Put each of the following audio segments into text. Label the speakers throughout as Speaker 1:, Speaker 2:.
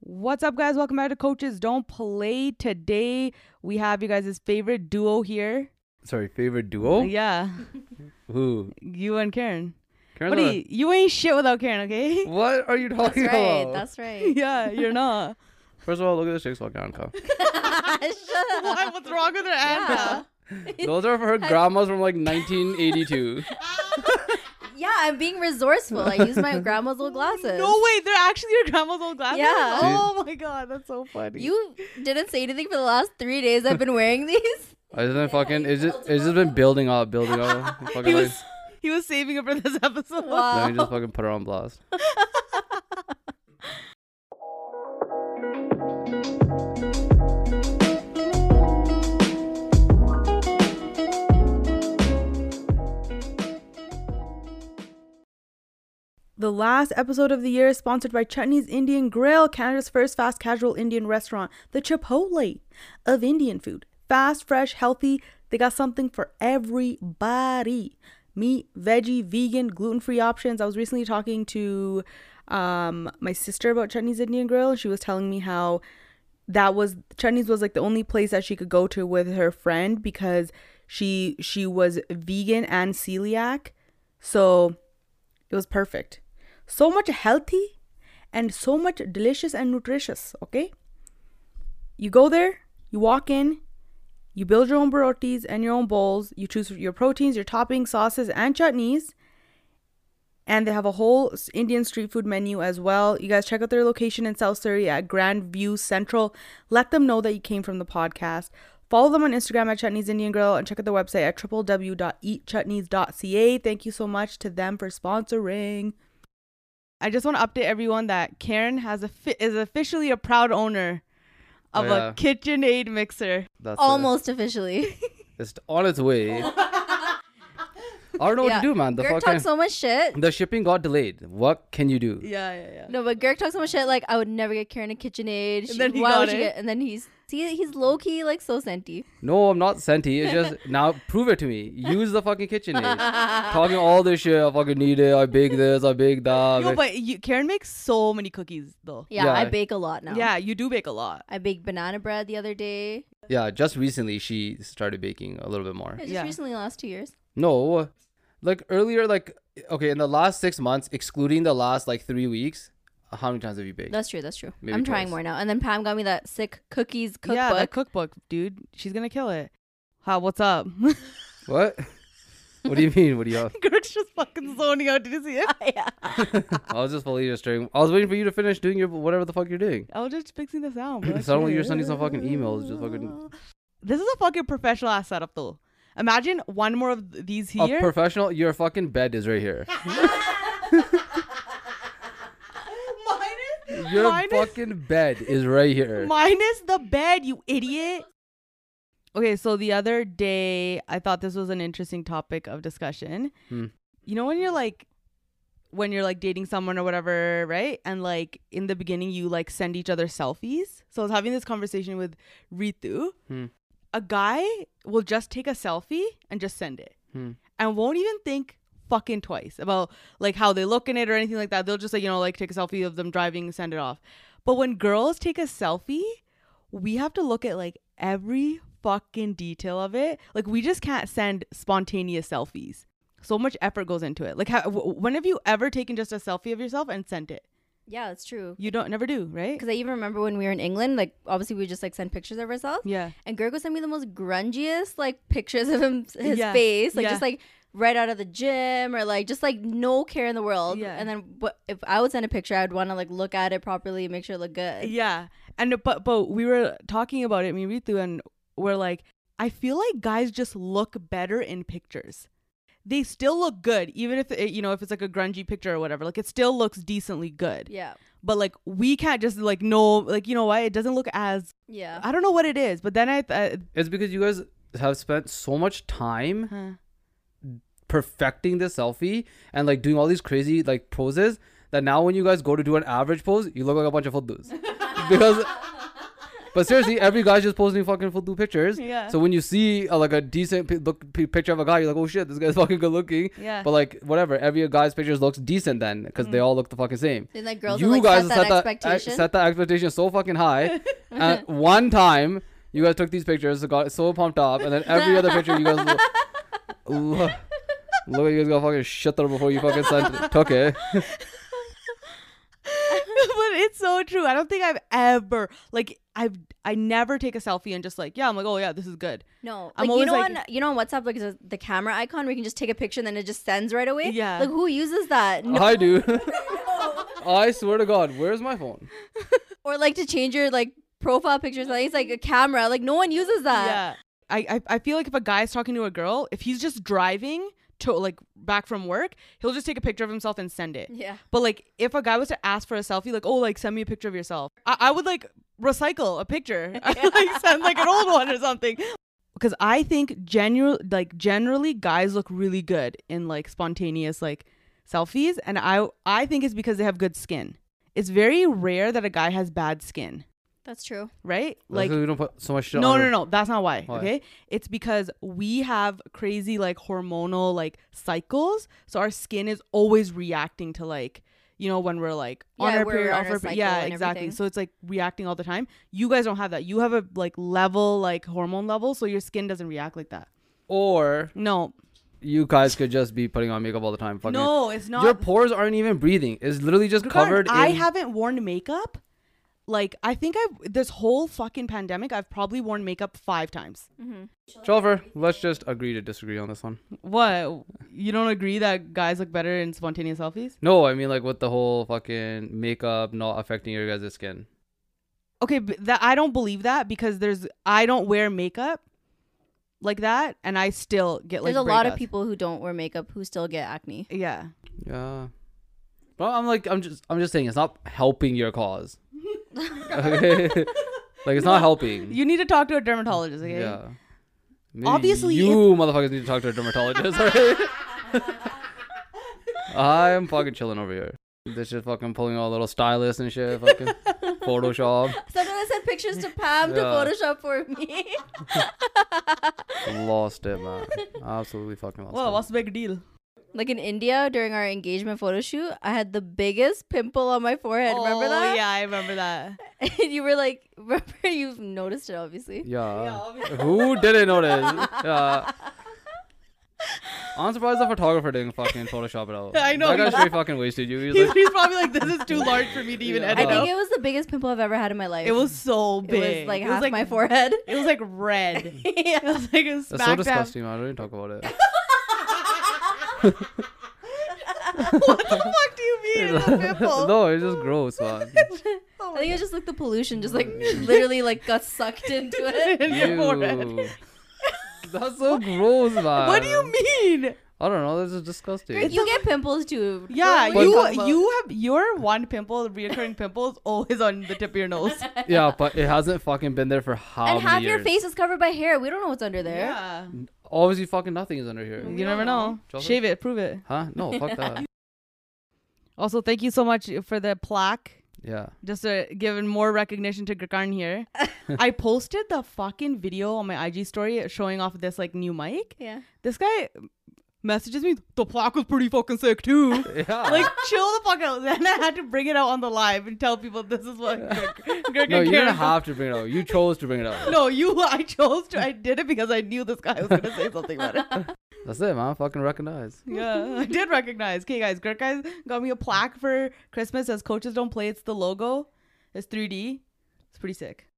Speaker 1: What's up, guys? Welcome back to Coaches Don't Play. Today, we have you guys' favorite duo here.
Speaker 2: Sorry, favorite
Speaker 3: Oh,
Speaker 2: duo?
Speaker 1: Yeah,
Speaker 2: Who?
Speaker 1: you and Karen.
Speaker 2: Karen's on
Speaker 1: Buddy, you ain't shit without Karen,
Speaker 2: a-
Speaker 1: okay?
Speaker 2: What are you
Speaker 3: That's
Speaker 2: talking
Speaker 3: right.
Speaker 2: about?
Speaker 3: That's right.
Speaker 1: yeah, you're not.
Speaker 2: First of all, look at this chick's walking on cuff.
Speaker 3: Shut up.
Speaker 1: Why? What's wrong with her
Speaker 3: Yeah.
Speaker 1: Anna?
Speaker 2: Those are for her grandmas from like 1982.
Speaker 3: yeah, I'm being resourceful. I use my grandma's little glasses.
Speaker 1: No, wait, they're actually your grandma's old glasses?
Speaker 3: Yeah.
Speaker 1: Oh my god, that's so funny.
Speaker 3: You didn't say anything for the last three days I've been wearing these.
Speaker 2: Isn't it fucking? Is it? Is it been building up, building up? Fucking
Speaker 1: he
Speaker 2: like,
Speaker 1: was he was saving it for this episode.
Speaker 2: let me
Speaker 3: Wow.
Speaker 2: just fucking put her on blast.
Speaker 1: The last episode of the year is sponsored by Chutney's Indian Grill, Canada's first fast casual Indian restaurant, the Chipotle of Indian food. Fast, fresh, healthy, they got something for everybody. Meat, veggie, vegan, gluten free options. I was recently talking to um, my sister about Chutney's Indian Grill, and she was telling me how that was Chinese was like the only place that she could go to with her friend because she she was vegan and celiac. So it was perfect. So much healthy and so much delicious and nutritious, okay? You go there, you walk in, you build your own barotis and your own bowls, you choose your proteins, your toppings, sauces and chutneys and they have a whole s- Indian street food menu as well. You guys check out their location in South Surrey at Grand View Central. Let them know that you came from the podcast. Follow them on Instagram at Chutney's Indian Grill and check out their website at www.eatchutneys.ca. Thank you so much to them for sponsoring. I just want to update everyone that Karen has a fi- is officially a proud owner of
Speaker 2: of a Yeah.
Speaker 1: a KitchenAid mixer.
Speaker 2: That's it.
Speaker 3: Almost officially.
Speaker 2: It's on its way. I don't know
Speaker 3: Yeah.
Speaker 2: what to do, man. The
Speaker 3: Girk
Speaker 2: fucking
Speaker 3: talks so much shit.
Speaker 2: the shipping got delayed. What can you do?
Speaker 1: Yeah, yeah, yeah.
Speaker 3: No, but Girk talks so much shit. Like I would never get Karen a KitchenAid. She,
Speaker 1: And then he
Speaker 3: why
Speaker 1: got
Speaker 3: would she
Speaker 1: it.
Speaker 3: get? And then he's see, he's low key like so senti.
Speaker 2: No, I'm not senti. It's just now prove it to me. Use the fucking kitchen aid. Talking all this shit. I fucking need it. I bake this. I bake that.
Speaker 1: Yo, but you, Karen makes so many cookies though.
Speaker 3: Yeah,
Speaker 2: Yeah.
Speaker 3: I bake a lot now.
Speaker 1: Yeah, you do bake a lot.
Speaker 3: I baked banana bread the other day.
Speaker 2: yeah, just recently she started baking a little bit more.
Speaker 3: Just
Speaker 1: Yeah.
Speaker 3: recently, in the last two years.
Speaker 2: No, like earlier, like okay, in the last six months, excluding the last like three weeks, uh, how many times have you baked?
Speaker 3: That's true. That's true.
Speaker 2: Maybe
Speaker 3: I'm trying
Speaker 2: twice.
Speaker 3: more now. And then Pam got me that sick cookies cookbook.
Speaker 1: Yeah, that cookbook, dude. She's gonna kill it. How? What's up?
Speaker 2: what? what do you mean? What do you have?
Speaker 1: Gert's just fucking zoning out. Did you see it?
Speaker 3: yeah.
Speaker 2: I was just fully just staring. I was waiting for you to finish doing your whatever the fuck you're doing.
Speaker 1: I was just fixing the sound. bro.
Speaker 2: Suddenly you're sending some fucking emails, just fucking
Speaker 1: This is a fucking professional ass setup, though. Imagine one more of th- these
Speaker 2: a
Speaker 1: here.
Speaker 2: professional. Your fucking bed is right here.
Speaker 1: minus,
Speaker 2: Your
Speaker 1: minus-
Speaker 2: fucking bed is right here.
Speaker 1: minus the bed, you idiot. Okay, so the other day, I thought this was an interesting topic of discussion.
Speaker 2: Hmm.
Speaker 1: You know when you're like, when you're like dating someone or whatever, right? And like in the beginning, you like send each other selfies. So I was having this conversation with Ritu.
Speaker 2: Hmm.
Speaker 1: A guy will just take a selfie and just send it,
Speaker 2: Hmm.
Speaker 1: and won't even think fucking twice about like how they look in it or anything like that. They'll just like you know like take a selfie of them driving, send it off. But when girls take a selfie, we have to look at like every fucking detail of it. Like we just can't send spontaneous selfies. So much effort goes into it. Like, how, w- when have you ever taken just a selfie of yourself and sent it?
Speaker 3: Yeah, that's true.
Speaker 1: You don't never do, right?
Speaker 3: Because I even remember when we were in England, like obviously we just like send pictures of ourselves.
Speaker 1: Yeah,
Speaker 3: And Gergo sent me the most grungiest like pictures of him his
Speaker 1: Yeah,
Speaker 3: face, like
Speaker 1: yeah.
Speaker 3: just like right out of the gym or like just like no care in the world.
Speaker 1: Yeah.
Speaker 3: And then but if I would send a picture, I'd want to like look at it properly, make sure it looked good.
Speaker 1: yeah. And but but we were talking about it, me and Ritu, and we're like, I feel like guys just look better in pictures. They still look good, even if it, you know if it's like a grungy picture or whatever. Like it still looks decently good.
Speaker 3: Yeah.
Speaker 1: But like we can't just like no, like you know why it doesn't look as
Speaker 3: Yeah.
Speaker 1: I don't know what it is, but then I, uh, th-
Speaker 2: It's because you guys have spent so much time
Speaker 1: uh,
Speaker 2: perfecting the selfie and like doing all these crazy like poses that now when you guys go to do an average pose, you look like a bunch of footloose. because But seriously, every guy's just posting fucking full pictures.
Speaker 1: Yeah.
Speaker 2: So when you see uh, like a decent pi- look p- picture of a guy, you're like, oh shit, this guy's fucking good looking.
Speaker 1: Yeah.
Speaker 2: But like whatever, every guy's pictures looks decent then because
Speaker 1: Mm.
Speaker 2: they all look the fucking same.
Speaker 3: Then like girls will, like, set that expectation.
Speaker 2: set that expectation so fucking high. At one time, you guys took these pictures, got so pumped up, and then every other picture you guys look, look, look you guys got fucking shit there before you fucking sent, took it.
Speaker 1: but it's so true. I don't think I've ever like I've I never take a selfie and just like yeah I'm like oh yeah this is good.
Speaker 3: No,
Speaker 1: I'm
Speaker 3: like you
Speaker 1: always
Speaker 3: know
Speaker 1: like-
Speaker 3: on you know on WhatsApp like the, the camera icon where you can just take a picture and then it just sends right away.
Speaker 1: Yeah. Oh.
Speaker 3: like who uses that? No.
Speaker 2: I do. I swear to God, where's my phone?
Speaker 3: or like to change your like profile pictures. Like it's like a camera. Like no one uses that.
Speaker 1: yeah. I, I I feel like if a guy's talking to a girl, if he's just driving to like back from work, he'll just take a picture of himself and send it.
Speaker 3: Yeah.
Speaker 1: But like if a guy was to ask for a selfie, like, oh like send me a picture of yourself. I, I would like recycle a picture. I would, like send like an old one or something. Because I think general like generally guys look really good in like spontaneous like selfies. And I I think it's because they have good skin. It's very rare that a guy has bad skin,
Speaker 3: That's true.
Speaker 1: right?
Speaker 2: Like
Speaker 1: Like
Speaker 2: we don't put so much shit.
Speaker 1: no,
Speaker 2: on
Speaker 1: no,
Speaker 2: it.
Speaker 1: no. That's not why.
Speaker 2: Why?
Speaker 1: Okay. It's because we have crazy like hormonal like cycles. So our skin is always reacting to like, you know, when we're like on
Speaker 3: Yeah,
Speaker 1: our
Speaker 3: we're
Speaker 1: period,
Speaker 3: on
Speaker 1: off
Speaker 3: our
Speaker 1: our period.
Speaker 3: cycle
Speaker 1: Yeah,
Speaker 3: and
Speaker 1: exactly.
Speaker 3: everything.
Speaker 1: So it's like reacting all the time. You guys don't have that. You have a like level, like hormone level. So your skin doesn't react like that.
Speaker 2: Or
Speaker 1: No.
Speaker 2: you guys could just be putting on makeup all the time. Fucking
Speaker 1: No, it's not.
Speaker 2: Your pores aren't even breathing. It's literally just
Speaker 1: Karen,
Speaker 2: covered.
Speaker 1: I
Speaker 2: in,
Speaker 1: haven't worn makeup. Like I think I've this whole fucking pandemic, I've probably worn makeup five times.
Speaker 3: Mm-hmm.
Speaker 2: Trevor, let's just agree to disagree on this one.
Speaker 1: What? You don't agree that guys look better in spontaneous selfies?
Speaker 2: No, I mean like with the whole fucking makeup not affecting your guys' skin.
Speaker 1: Okay, but that I don't believe that because there's I don't wear makeup like that, and I still get like
Speaker 3: There's a lot of
Speaker 1: breakouts.
Speaker 3: people who don't wear makeup who still get acne.
Speaker 1: Yeah,
Speaker 2: Yeah. But I'm like I'm just I'm just saying it's not helping your cause. Okay? like it's not helping.
Speaker 1: you need to talk to a dermatologist. Okay.
Speaker 2: Mm. yeah. Maybe
Speaker 1: Obviously,
Speaker 2: you motherfuckers need to talk to a dermatologist. I'm fucking chilling over here. This shit fucking pulling all little stylists and shit, fucking Photoshop.
Speaker 3: Sometimes I send pictures to Pam to
Speaker 2: Yeah.
Speaker 3: Photoshop for me.
Speaker 2: Lost it, man. Absolutely fucking lost
Speaker 1: Well,
Speaker 2: it.
Speaker 1: what's the big deal?
Speaker 3: like in India during our engagement photo shoot, I had the biggest pimple on my forehead. Oh, Remember that?
Speaker 1: Oh, Yeah, I remember that.
Speaker 3: And you were like, remember you've noticed it obviously.
Speaker 2: Yeah. Who didn't notice? Yeah. I'm surprised the photographer didn't fucking Photoshop it out.
Speaker 1: I know,
Speaker 2: That guy
Speaker 1: he-
Speaker 2: straight fucking wasted you. He was
Speaker 1: He's,
Speaker 2: like,
Speaker 1: he's probably like, this is too large for me to even
Speaker 2: Yeah.
Speaker 1: edit
Speaker 3: I
Speaker 1: out.
Speaker 3: think it was the biggest pimple I've ever had in my life.
Speaker 1: It was so
Speaker 3: It
Speaker 1: big.
Speaker 3: was like
Speaker 1: it
Speaker 3: half
Speaker 1: was like
Speaker 3: my forehead.
Speaker 1: It was like red. it
Speaker 3: yeah.
Speaker 1: was like a
Speaker 2: that's so
Speaker 1: smack dab.
Speaker 2: disgusting, man. Don't even talk about it.
Speaker 1: what the fuck do you mean? It's a pimple. Oh
Speaker 2: no, it's just gross, man.
Speaker 3: I think it was just like the pollution, just like
Speaker 1: Mm.
Speaker 3: literally like got sucked into it.
Speaker 1: In your forehead.
Speaker 2: Ew. That's so gross, man.
Speaker 1: What do you mean?
Speaker 2: I don't know. This is disgusting.
Speaker 3: you get pimples too.
Speaker 1: Yeah,
Speaker 3: What are
Speaker 1: you
Speaker 3: talking about?
Speaker 1: you have your one pimple, reoccurring pimple is always on the tip of your nose.
Speaker 2: yeah, but it hasn't fucking been there for how
Speaker 3: and
Speaker 2: many
Speaker 3: half
Speaker 2: years?
Speaker 3: your face is covered by hair. We don't know what's under there.
Speaker 1: Yeah,
Speaker 2: Obviously, fucking nothing is under here.
Speaker 1: you never know.
Speaker 2: Chelsea?
Speaker 1: Shave it, prove it.
Speaker 2: Huh? No, fuck that.
Speaker 1: Also, thank you so much for the plaque.
Speaker 2: Yeah.
Speaker 1: Just uh, giving more recognition to Gurkarn here. I posted the fucking video on my IG story showing off this like new mic.
Speaker 3: Yeah.
Speaker 1: This guy messages me, the plaque was pretty fucking sick too.
Speaker 2: Yeah.
Speaker 1: like chill the fuck out. Then I had to bring it out on the live and tell people this is what Gurkarn
Speaker 2: no, you didn't have to bring it up. You chose to bring it up.
Speaker 1: No, you. I chose to. I did it because I knew this guy was gonna say something about it.
Speaker 2: That's it, man. Fucking recognize.
Speaker 1: Yeah, I did recognize. Okay, guys, Gert guys got me a plaque for Christmas. Says coaches don't play. It's the logo. It's 3D. It's pretty sick.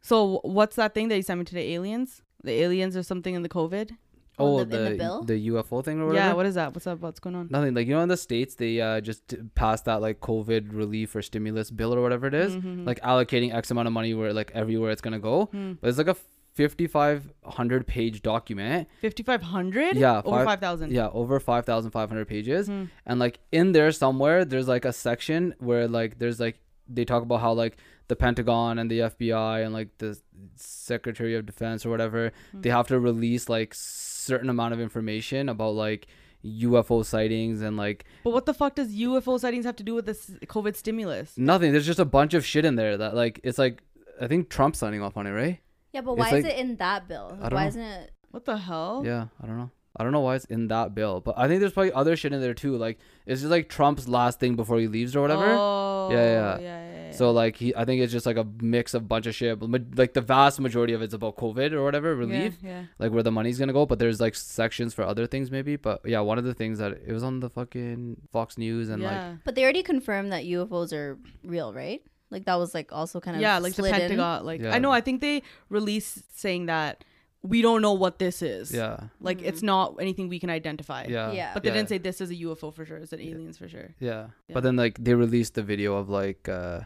Speaker 1: So wh- what's that thing that you sent me today? Aliens. The aliens or something in the COVID.
Speaker 3: Oh,
Speaker 2: Oh,
Speaker 3: in the- in
Speaker 2: the
Speaker 3: the
Speaker 2: the,
Speaker 3: bill?
Speaker 2: UFO thing or whatever.
Speaker 1: Yeah. What is that? What's up? What's going on?
Speaker 2: Nothing. Like you know, in the states, they uh, just t- passed that like COVID relief or stimulus bill or whatever it
Speaker 3: Mm-hmm.
Speaker 2: is,
Speaker 1: Mm-hmm.
Speaker 2: like allocating X amount of money where like everywhere it's gonna go.
Speaker 1: Hmm.
Speaker 2: But it's like a fifty-five hundred page document.
Speaker 1: 5,500.
Speaker 2: Yeah,
Speaker 1: Over Hmm.
Speaker 2: five-
Speaker 1: 5,000.
Speaker 2: Yeah, over five thousand five hundred pages, and like in there somewhere, there's like a section where like there's like they talk about how like the Pentagon and the FBI and like the Secretary of Defense or whatever they have to release like certain amount of information about like UFO sightings and like
Speaker 1: But what the fuck does UFO sightings have to do with this COVID stimulus?
Speaker 2: nothing. There's just a bunch of shit in there that like it's like I think Trump signing off on it, right?
Speaker 3: Yeah, but
Speaker 2: It's
Speaker 3: why is
Speaker 2: like-
Speaker 3: it in that bill?
Speaker 2: I don't
Speaker 3: Why
Speaker 2: know.
Speaker 3: isn't it?
Speaker 1: What the hell?
Speaker 2: Yeah, I don't know. I don't know why it's in that bill, but I think there's probably other shit in there too. Like it's just like Trump's last thing before he leaves or whatever.
Speaker 1: Oh,
Speaker 2: Yeah, yeah.
Speaker 1: yeah, yeah.
Speaker 2: So like he, I think it's just like a mix of bunch of shit. but ma- Like the vast majority of it's about COVID or whatever
Speaker 1: yeah,
Speaker 2: relief,
Speaker 1: Yeah.
Speaker 2: like where the money's gonna go. But there's like sections for other things maybe. But yeah, one of the things that it was on the fucking Fox News and like
Speaker 1: yeah.
Speaker 3: But they already confirmed that UFOs are real, right? Like that was like also kind of
Speaker 1: yeah, like the
Speaker 3: slid in.
Speaker 1: Pentagon. Like
Speaker 2: Yeah.
Speaker 1: I know, I think they released saying that we don't know what this is.
Speaker 2: yeah,
Speaker 1: Like it's not anything we can identify.
Speaker 2: yeah,
Speaker 3: Yeah.
Speaker 1: But they
Speaker 2: yeah,
Speaker 1: didn't say this is a UFO for sure. It's an aliens for sure.
Speaker 2: yeah.
Speaker 1: Yeah.
Speaker 2: But then like they released the video of like uh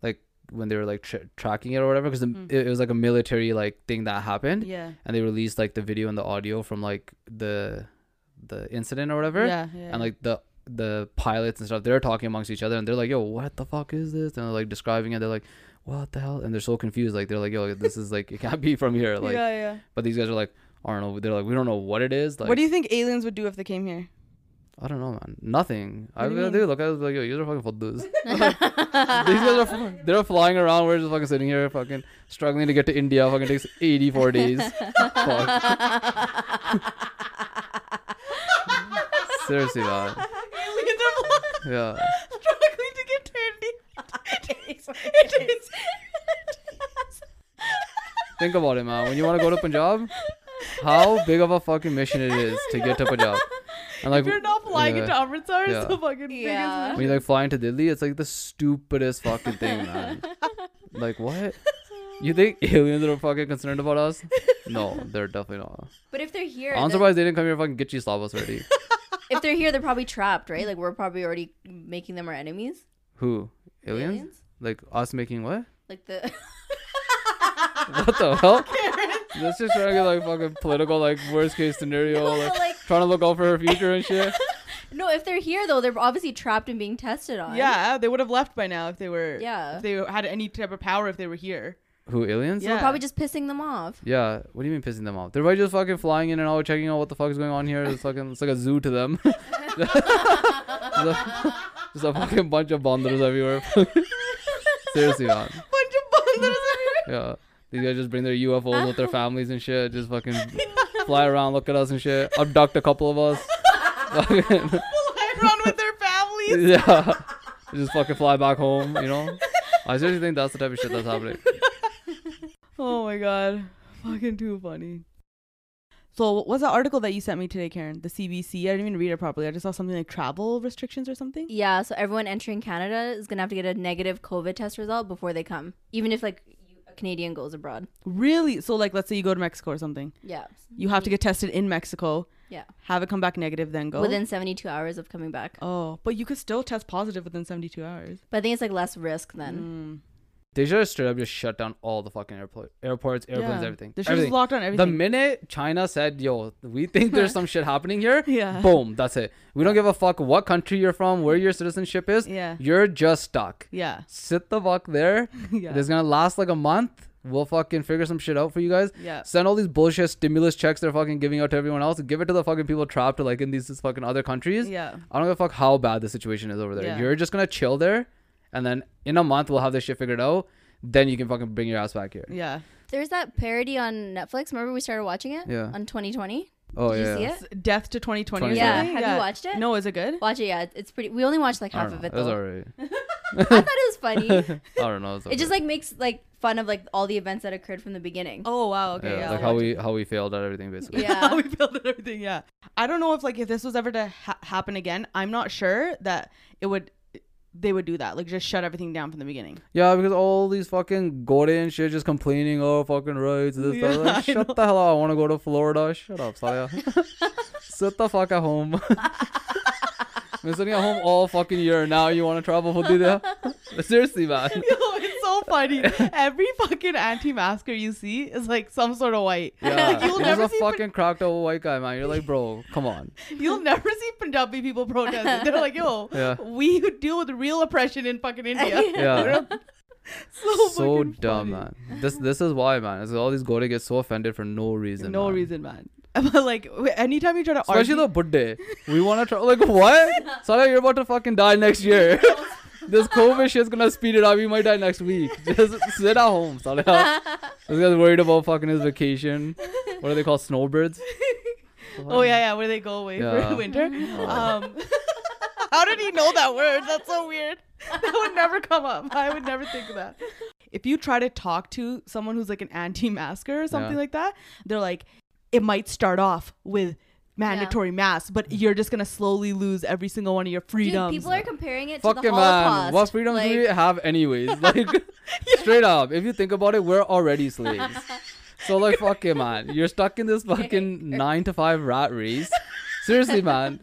Speaker 2: like when they were like tra- tracking it or whatever because it, it was like a military like thing that happened.
Speaker 1: Mm. Yeah.
Speaker 2: and they released like the video and the audio from like the the incident or whatever
Speaker 1: Yeah. yeah.
Speaker 2: and like the the pilots and stuff they're talking amongst each other and they're like yo what the fuck is this and they're like describing it they're like what the hell and they're so confused like they're like yo this is like it can't be from here like
Speaker 1: yeah, yeah.
Speaker 2: but these guys are like I don't know. They're like, we don't know what it is. Like,
Speaker 1: what do you think aliens would do if they came here?
Speaker 2: I don't know, man. Nothing. I
Speaker 1: What do you
Speaker 2: really
Speaker 1: mean?
Speaker 2: do look at it like, yo, you're fucking fools. these guys are, fu- they're flying around. We're just fucking sitting here, fucking struggling to get to India. Fucking takes 84 days. Fuck. Seriously, man.
Speaker 1: aliens are
Speaker 2: Yeah.
Speaker 1: struggling to get
Speaker 2: Think about it, man. When you want to go to Punjab, how big of a fucking mission it is to get to Punjab. And like,
Speaker 1: If you're not flying
Speaker 2: yeah.
Speaker 1: into Amritsar, it's
Speaker 2: Yeah.
Speaker 1: the fucking
Speaker 3: Yeah.
Speaker 1: biggest
Speaker 2: when you like flying to Delhi, it's like the stupidest fucking thing, man. like what? You think aliens are fucking concerned about us? No, they're definitely not.
Speaker 3: But if they're here,
Speaker 2: I'm
Speaker 3: then-
Speaker 2: surprised they didn't come here fucking get you Slavos already.
Speaker 3: if they're here, they're probably trapped, right? Like we're probably already making them our enemies.
Speaker 2: Who?
Speaker 3: The
Speaker 2: Aliens? Like us making what?
Speaker 3: Like the
Speaker 2: What the hell? That's just trying to get like fucking political, like worst case scenario,
Speaker 3: No,
Speaker 2: like,
Speaker 3: but, like-
Speaker 2: trying to look out for her future and shit.
Speaker 3: no, if they're here though, they're obviously trapped and being tested on.
Speaker 1: Yeah, they would have left by now if they were.
Speaker 3: Yeah.
Speaker 1: If they had any type of power, if they were here.
Speaker 2: Who aliens?
Speaker 1: Yeah.
Speaker 3: we're probably just pissing them off.
Speaker 2: Yeah, what do you mean pissing them off? They're probably just fucking flying in and out, checking out what the fuck is going on here. It's fucking, it's like a zoo to them. just, a, just a fucking bunch of bandaras everywhere. Seriously, man.
Speaker 1: Bunch of bundles.
Speaker 2: Yeah, these guys just bring their UFOs with their families and shit. Just fucking fly around, look at us and shit. Abduct a couple of us. Fucking-
Speaker 1: flying around with their families.
Speaker 2: yeah, just fucking fly back home. You know, I seriously think that's the type of shit that's happening.
Speaker 1: Oh my god, fucking too funny. So what's the article that you sent me today, Karen? The CBC. I didn't even read it properly. I just saw something like travel restrictions or something.
Speaker 3: Yeah, so everyone entering Canada is gonna have to get a negative COVID test result before they come, even if like you, a Canadian goes abroad.
Speaker 1: Really? So like, let's say you go to Mexico or something.
Speaker 3: Yeah,
Speaker 1: You have to get tested in Mexico.
Speaker 3: Yeah.
Speaker 1: Have it come back negative, then go.
Speaker 3: within 72 hours of coming back.
Speaker 1: Oh, but you could still test positive within 72 hours.
Speaker 3: But I think it's like less risk then.
Speaker 2: Mm. They should have straight up just shut down all the fucking airport, airports, airplanes,
Speaker 1: Yeah.
Speaker 2: everything.
Speaker 1: They should
Speaker 2: everything.
Speaker 1: just locked on
Speaker 2: The
Speaker 1: everything.
Speaker 2: minute China said, "Yo, we think there's some shit happening here,"
Speaker 1: Yeah.
Speaker 2: boom, that's it. We don't give a fuck what country you're from, where your citizenship is.
Speaker 1: Yeah.
Speaker 2: you're just stuck.
Speaker 1: yeah.
Speaker 2: Sit the fuck there.
Speaker 1: Yeah.
Speaker 2: It's gonna last like a month. We'll fucking figure some shit out for you guys.
Speaker 1: Yeah.
Speaker 2: Send all these bullshit stimulus checks they're fucking giving out to everyone else. Give it to the fucking people trapped like in these fucking other countries.
Speaker 1: Yeah.
Speaker 2: I don't give a fuck how bad the situation is over there.
Speaker 1: Yeah.
Speaker 2: You're just gonna chill there, and then in a month we'll have this shit figured out. Then you can fucking bring your ass back here.
Speaker 1: Yeah.
Speaker 3: There's that parody on Netflix. Remember we started watching it?
Speaker 2: Yeah.
Speaker 3: On 2020.
Speaker 2: Oh
Speaker 3: Did
Speaker 2: yeah.
Speaker 3: you see it?
Speaker 1: S- Death to 2020. or
Speaker 2: 2020.
Speaker 3: Yeah.
Speaker 1: something?
Speaker 3: Have you watched it?
Speaker 1: No, is it good?
Speaker 3: Watch it. Yeah, it- it's pretty. We only watched like
Speaker 2: I
Speaker 3: half
Speaker 2: don't
Speaker 3: of
Speaker 2: know.
Speaker 3: it
Speaker 2: was
Speaker 3: though.
Speaker 2: alright.
Speaker 3: I thought it was funny.
Speaker 2: I don't know. It's
Speaker 3: it just
Speaker 2: okay.
Speaker 3: like makes like fun of like all the events that occurred from the beginning.
Speaker 1: Oh wow. Okay.
Speaker 2: yeah,
Speaker 1: Yeah.
Speaker 2: like
Speaker 1: I'll
Speaker 2: how
Speaker 1: watch
Speaker 2: we how we failed at everything basically.
Speaker 1: it.
Speaker 3: Yeah.
Speaker 1: we built and everything. Yeah. I don't know if like if this was ever to ha- happen again. I'm not sure that it would. They would do that. Like just shut everything down from the beginning.
Speaker 2: Yeah, because all these fucking gore and shit just complaining, oh fucking rights, this,
Speaker 1: Yeah,
Speaker 2: that. Like,
Speaker 1: I
Speaker 2: shut the hell up! I want to go to Florida. Shut up, Saya. Sit the fuck at home. Been sitting at home all fucking year. and Now you want to travel for Dida? Seriously, man.
Speaker 1: Yo, it's so funny. Every fucking anti-masker you see is like some sort of white.
Speaker 2: Yeah,
Speaker 1: Like, you'll
Speaker 2: he's
Speaker 1: never
Speaker 2: a
Speaker 1: see
Speaker 2: fucking cracked old white guy, man. You're like, bro, come on.
Speaker 1: You'll never see Punjabi people protesting. They're like, yo,
Speaker 2: Yeah.
Speaker 1: we deal with real oppression in fucking India.
Speaker 2: Yeah.
Speaker 1: so
Speaker 2: so
Speaker 1: fucking
Speaker 2: dumb,
Speaker 1: funny.
Speaker 2: man. This this is why, man. It's all these gore get so offended for no reason.
Speaker 1: No
Speaker 2: man.
Speaker 1: reason, man. But like, w- anytime you try to
Speaker 2: Especially
Speaker 1: argue,
Speaker 2: the Buddha. We want to try. Like, what? Sorry, you're about to fucking die next year. This COVID shit's gonna speed it up. You might die next week. Just sit at home, Saleh. This guy's worried about fucking his vacation. What are they called? Snowbirds?
Speaker 1: Oh yeah, yeah, where they go away
Speaker 2: Yeah. Oh.
Speaker 1: for winter. Um, how did he know that word? That's so weird. That would never come up. I would never think of that. If you try to talk to someone who's like an anti-masker or something
Speaker 2: Yeah.
Speaker 1: like that, they're like, it might start off with mandatory masks, but you're just gonna slowly lose every single one of your freedoms.
Speaker 3: Dude, people are comparing it to the
Speaker 2: Fucking
Speaker 3: Holocaust.
Speaker 2: man. What freedoms
Speaker 3: Like,
Speaker 2: do we have anyways? Like straight up. If you think about it, we're already slaves. So like fuck it man. You're stuck in this fucking nine to five rat race. Seriously, man.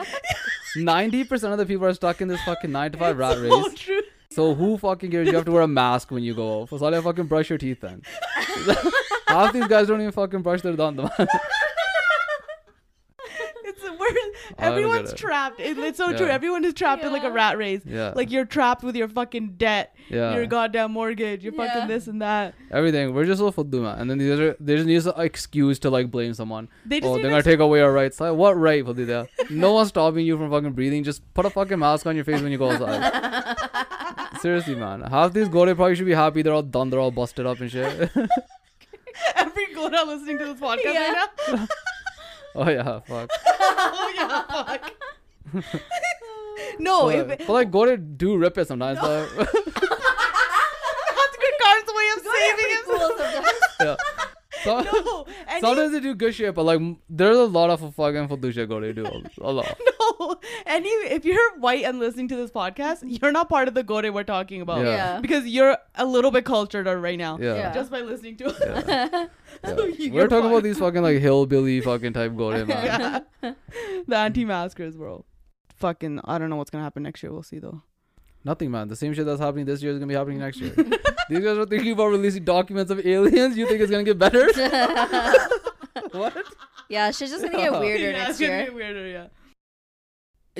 Speaker 2: Ninety percent of the people are stuck in this fucking nine to five rat
Speaker 1: so
Speaker 2: race.
Speaker 1: true.
Speaker 2: So who fucking cares? You have to wear a mask when you go out. Fasale, fucking brush your teeth then. Half these guys don't even fucking brush their danda.
Speaker 1: It's we're,
Speaker 2: I don't get
Speaker 1: everyone's
Speaker 2: it.
Speaker 1: trapped. It- it's so true.
Speaker 2: Yeah.
Speaker 1: Everyone is trapped in like a
Speaker 3: Yeah.
Speaker 1: rat race.
Speaker 2: Yeah.
Speaker 1: Like you're trapped with your fucking debt,
Speaker 2: Yeah.
Speaker 1: your goddamn mortgage, your
Speaker 3: Yeah.
Speaker 1: fucking this and that.
Speaker 2: Everything. We're just so fuddu, man. And then these are they just need an excuse to like blame someone.
Speaker 1: They just
Speaker 2: oh,
Speaker 1: need
Speaker 2: they're
Speaker 1: an
Speaker 2: gonna take away our rights. Like, what right, Fadida? No one's stopping you from fucking breathing. Just put a fucking mask on your face when you go outside. Seriously, man. Half these gore probably should be happy. They're all done. They're all busted up and shit.
Speaker 1: every Gora listening to this podcast
Speaker 3: Yeah.
Speaker 1: right now.
Speaker 2: oh yeah, fuck.
Speaker 1: oh yeah, fuck. no, Oh, if
Speaker 2: But, but, like gore do rip it sometimes. like-
Speaker 1: that's good card's way of saving
Speaker 3: pretty cool
Speaker 1: himself.
Speaker 3: sometimes.
Speaker 2: yeah. So-
Speaker 1: No, and
Speaker 2: Sometimes they do good shit, but like m- there's a lot of fucking fuddu shit gore do. A lot.
Speaker 1: you, no, and you, if you're white and listening to this podcast, you're not part of the Gore we're talking about.
Speaker 2: Yeah.
Speaker 3: Yeah.
Speaker 1: Because you're a little bit cultured right now.
Speaker 2: Yeah.
Speaker 3: Yeah.
Speaker 1: Just by listening to us.
Speaker 2: Yeah.
Speaker 1: So you-
Speaker 2: We're
Speaker 1: you're
Speaker 2: talking about
Speaker 1: fine.
Speaker 2: these fucking like hillbilly fucking type gore, man.
Speaker 1: Yeah. the anti-maskers world. Fucking, I don't know what's gonna happen next year. We'll see though.
Speaker 2: Nothing, man. The same shit that's happening this year is gonna be happening next year. These guys are thinking about releasing documents of aliens. You think it's gonna get better? what?
Speaker 3: yeah, she's just gonna get
Speaker 2: Yeah.
Speaker 3: weirder
Speaker 1: Oh, Yeah,
Speaker 3: next
Speaker 1: it's gonna
Speaker 3: year.
Speaker 1: get weirder, yeah.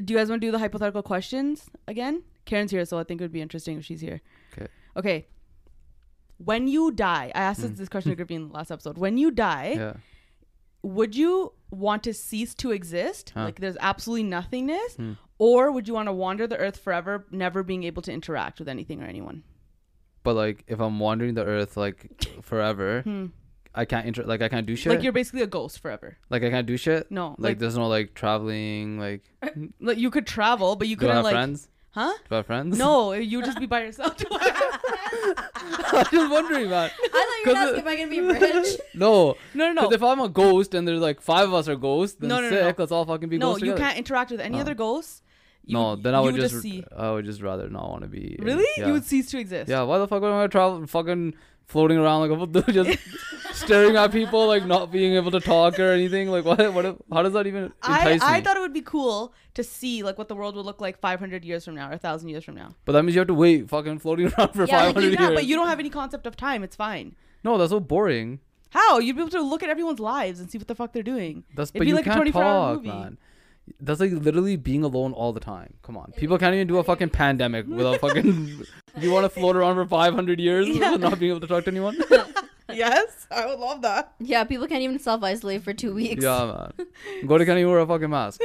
Speaker 1: Do you guys want to do the hypothetical questions again? Karen's here, so I think it would be interesting if she's here.
Speaker 2: 'Kay.
Speaker 1: Okay. When you die, I asked this- this question to Griffin in the last episode. When you die,
Speaker 2: Mm. Yeah.
Speaker 1: would you want to cease to exist?
Speaker 2: Huh.
Speaker 1: Like there's absolutely nothingness?
Speaker 2: Hmm.
Speaker 1: Or would you want to wander the earth forever, never being able to interact with anything or anyone?
Speaker 2: But like, if I'm wandering the earth like forever,
Speaker 1: Hmm.
Speaker 2: I can't inter- like I can't do shit.
Speaker 1: Like you're basically a ghost forever.
Speaker 2: like I can't do shit.
Speaker 1: No,
Speaker 2: Like,
Speaker 1: like-
Speaker 2: there's no like traveling. Like
Speaker 1: Like you could travel, but you
Speaker 2: do I
Speaker 1: couldn't
Speaker 2: have
Speaker 1: like
Speaker 2: friends?
Speaker 1: Huh?
Speaker 2: Do I have friends?
Speaker 1: No, you would just be by yourself.
Speaker 2: I'm just wondering, man.
Speaker 3: I thought you were
Speaker 2: 'Cause
Speaker 3: asking, am I gonna be rich?
Speaker 2: No.
Speaker 1: no, no, no.
Speaker 2: Because if I'm a ghost and there's like five of us are ghosts, then
Speaker 1: No,
Speaker 2: no,
Speaker 1: no, no,
Speaker 2: sick.
Speaker 1: no.
Speaker 2: Let's all fucking be
Speaker 1: no,
Speaker 2: ghosts
Speaker 1: you
Speaker 2: together.
Speaker 1: can't interact with any
Speaker 2: Oh.
Speaker 1: other ghosts. You,
Speaker 2: no, then I
Speaker 1: you
Speaker 2: would just,
Speaker 1: see.
Speaker 2: I would just rather not want to be. in-
Speaker 1: Really?
Speaker 2: Yeah.
Speaker 1: You would cease to exist.
Speaker 2: Yeah, why the fuck would I travel fucking floating around like a dude just staring at people, like not being able to talk or anything? Like what what if- how does that even
Speaker 1: I,
Speaker 2: entice
Speaker 1: I
Speaker 2: me?
Speaker 1: thought it would be cool to see like what the world would look like 500 years from now or 1000 years from now.
Speaker 2: but that means you have to wait fucking floating around for
Speaker 3: Yeah,
Speaker 2: five
Speaker 1: Like,
Speaker 3: like,
Speaker 1: you-
Speaker 2: hundred
Speaker 1: yeah,
Speaker 2: years.
Speaker 1: but you don't have any concept of time. It's fine.
Speaker 2: No, that's so boring.
Speaker 1: How? You'd be able to look at everyone's lives and see what the fuck they're doing.
Speaker 2: That's
Speaker 1: It'd
Speaker 2: but
Speaker 1: be
Speaker 2: you
Speaker 1: like a
Speaker 2: can't
Speaker 1: 24-hour
Speaker 2: talk,
Speaker 1: movie.
Speaker 2: man. That's like literally being alone all the time. Come on. People can't even do a fucking pandemic without fucking you wanna float around for five hundred years without not being able to talk to anyone?
Speaker 1: yes, I would love that.
Speaker 3: Yeah, people can't even self isolate for two weeks.
Speaker 2: yeah, man. Go to can't even wear a fucking mask.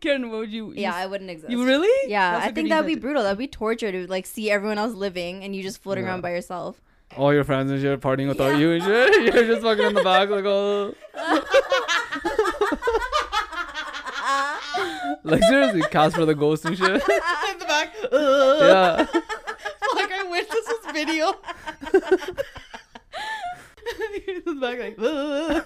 Speaker 1: Karen, what would you?
Speaker 3: Yeah,
Speaker 1: You,
Speaker 3: I wouldn't exist.
Speaker 1: you really?
Speaker 3: Yeah,
Speaker 1: That's
Speaker 3: I
Speaker 1: a
Speaker 3: think
Speaker 1: good
Speaker 3: that would be
Speaker 1: example.
Speaker 3: brutal. That'd be torture to like see everyone else living and you just floating
Speaker 2: Yeah.
Speaker 3: around by yourself.
Speaker 2: all your friends and shit partying without
Speaker 3: Yeah.
Speaker 2: you and shit. You're just fucking in the back like oh. like seriously, Casper the ghost and shit.
Speaker 1: in the back. Ugh.
Speaker 2: Yeah.
Speaker 1: like I wish this was video. in the back, like. Ugh.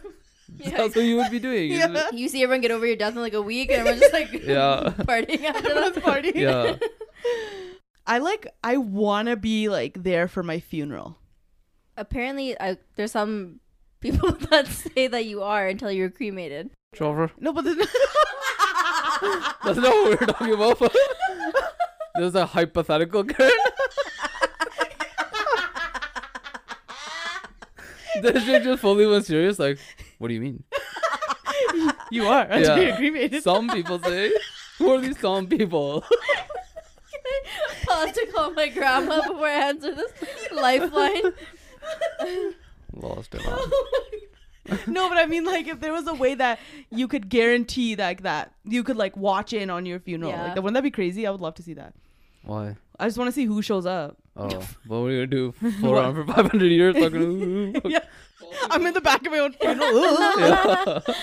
Speaker 2: That's what you would be doing. isn't it?
Speaker 3: You see everyone get over your death in like a week and everyone's just like
Speaker 2: Yeah.
Speaker 3: partying after
Speaker 1: Everyone's
Speaker 3: that.
Speaker 1: partying.
Speaker 2: Yeah.
Speaker 1: I like I want to be like there for my funeral.
Speaker 3: Apparently, I, there's some people that say that you are until you're cremated.
Speaker 2: Trevor.
Speaker 1: No, but the,
Speaker 2: That's not what we we're talking about. but- this is a hypothetical Karen. this shit just fully went serious. Like, what do you mean?
Speaker 1: you are. That's
Speaker 2: Yeah.
Speaker 1: yeah. cremated.
Speaker 2: Some people say. Who are these some people?
Speaker 3: Pause to call my grandma before I answer this lifeline.
Speaker 2: Lost it. man.
Speaker 1: no, but I mean, like, if there was a way that you could guarantee, like, that you could like watch in on your funeral,
Speaker 3: Yeah.
Speaker 1: like, wouldn't that be crazy? I would love to see that.
Speaker 2: Why?
Speaker 1: I just want to see who shows up.
Speaker 2: Oh, what are we gonna do? Float around for 500 years? Fucking-
Speaker 1: yeah, I'm in the back of my own funeral. Ugh.
Speaker 2: Yeah.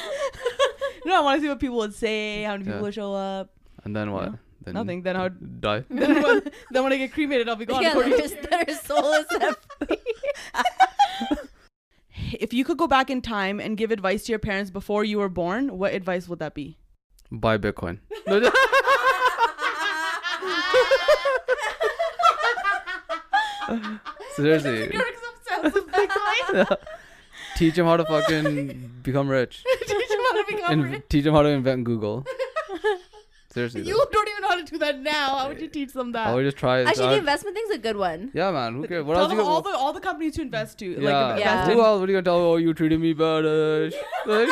Speaker 1: no, I want to see what people would say, how many people
Speaker 2: Yeah.
Speaker 1: would show up.
Speaker 2: And then what?
Speaker 1: No,
Speaker 2: Then
Speaker 1: nothing. Then I would
Speaker 2: die.
Speaker 1: then when, then when I get cremated, I'll be gone.
Speaker 3: yeah,
Speaker 1: according to-
Speaker 3: their, their soul is at
Speaker 1: if you could go back in time and give advice to your parents before you were born, what advice would that be?
Speaker 2: Buy Bitcoin. No, just- Seriously. Teach them how to fucking become rich.
Speaker 1: Teach them how to become
Speaker 2: And teach them how to invent Google. Seriously. though.
Speaker 1: don't even know how to do that now. How would you teach them that?
Speaker 2: I would just try. it.
Speaker 3: Actually,
Speaker 2: I-
Speaker 3: the investment thing's a good one.
Speaker 2: yeah, man. Who cares? What
Speaker 1: Tell
Speaker 2: else you
Speaker 1: them
Speaker 2: gonna-
Speaker 1: all the all the companies to invest to.
Speaker 2: yeah.
Speaker 1: Like
Speaker 3: Yeah.
Speaker 1: invest
Speaker 2: Who
Speaker 1: in.
Speaker 2: else? What are you gonna tell? Oh, you treated me bad. uh, sh- like-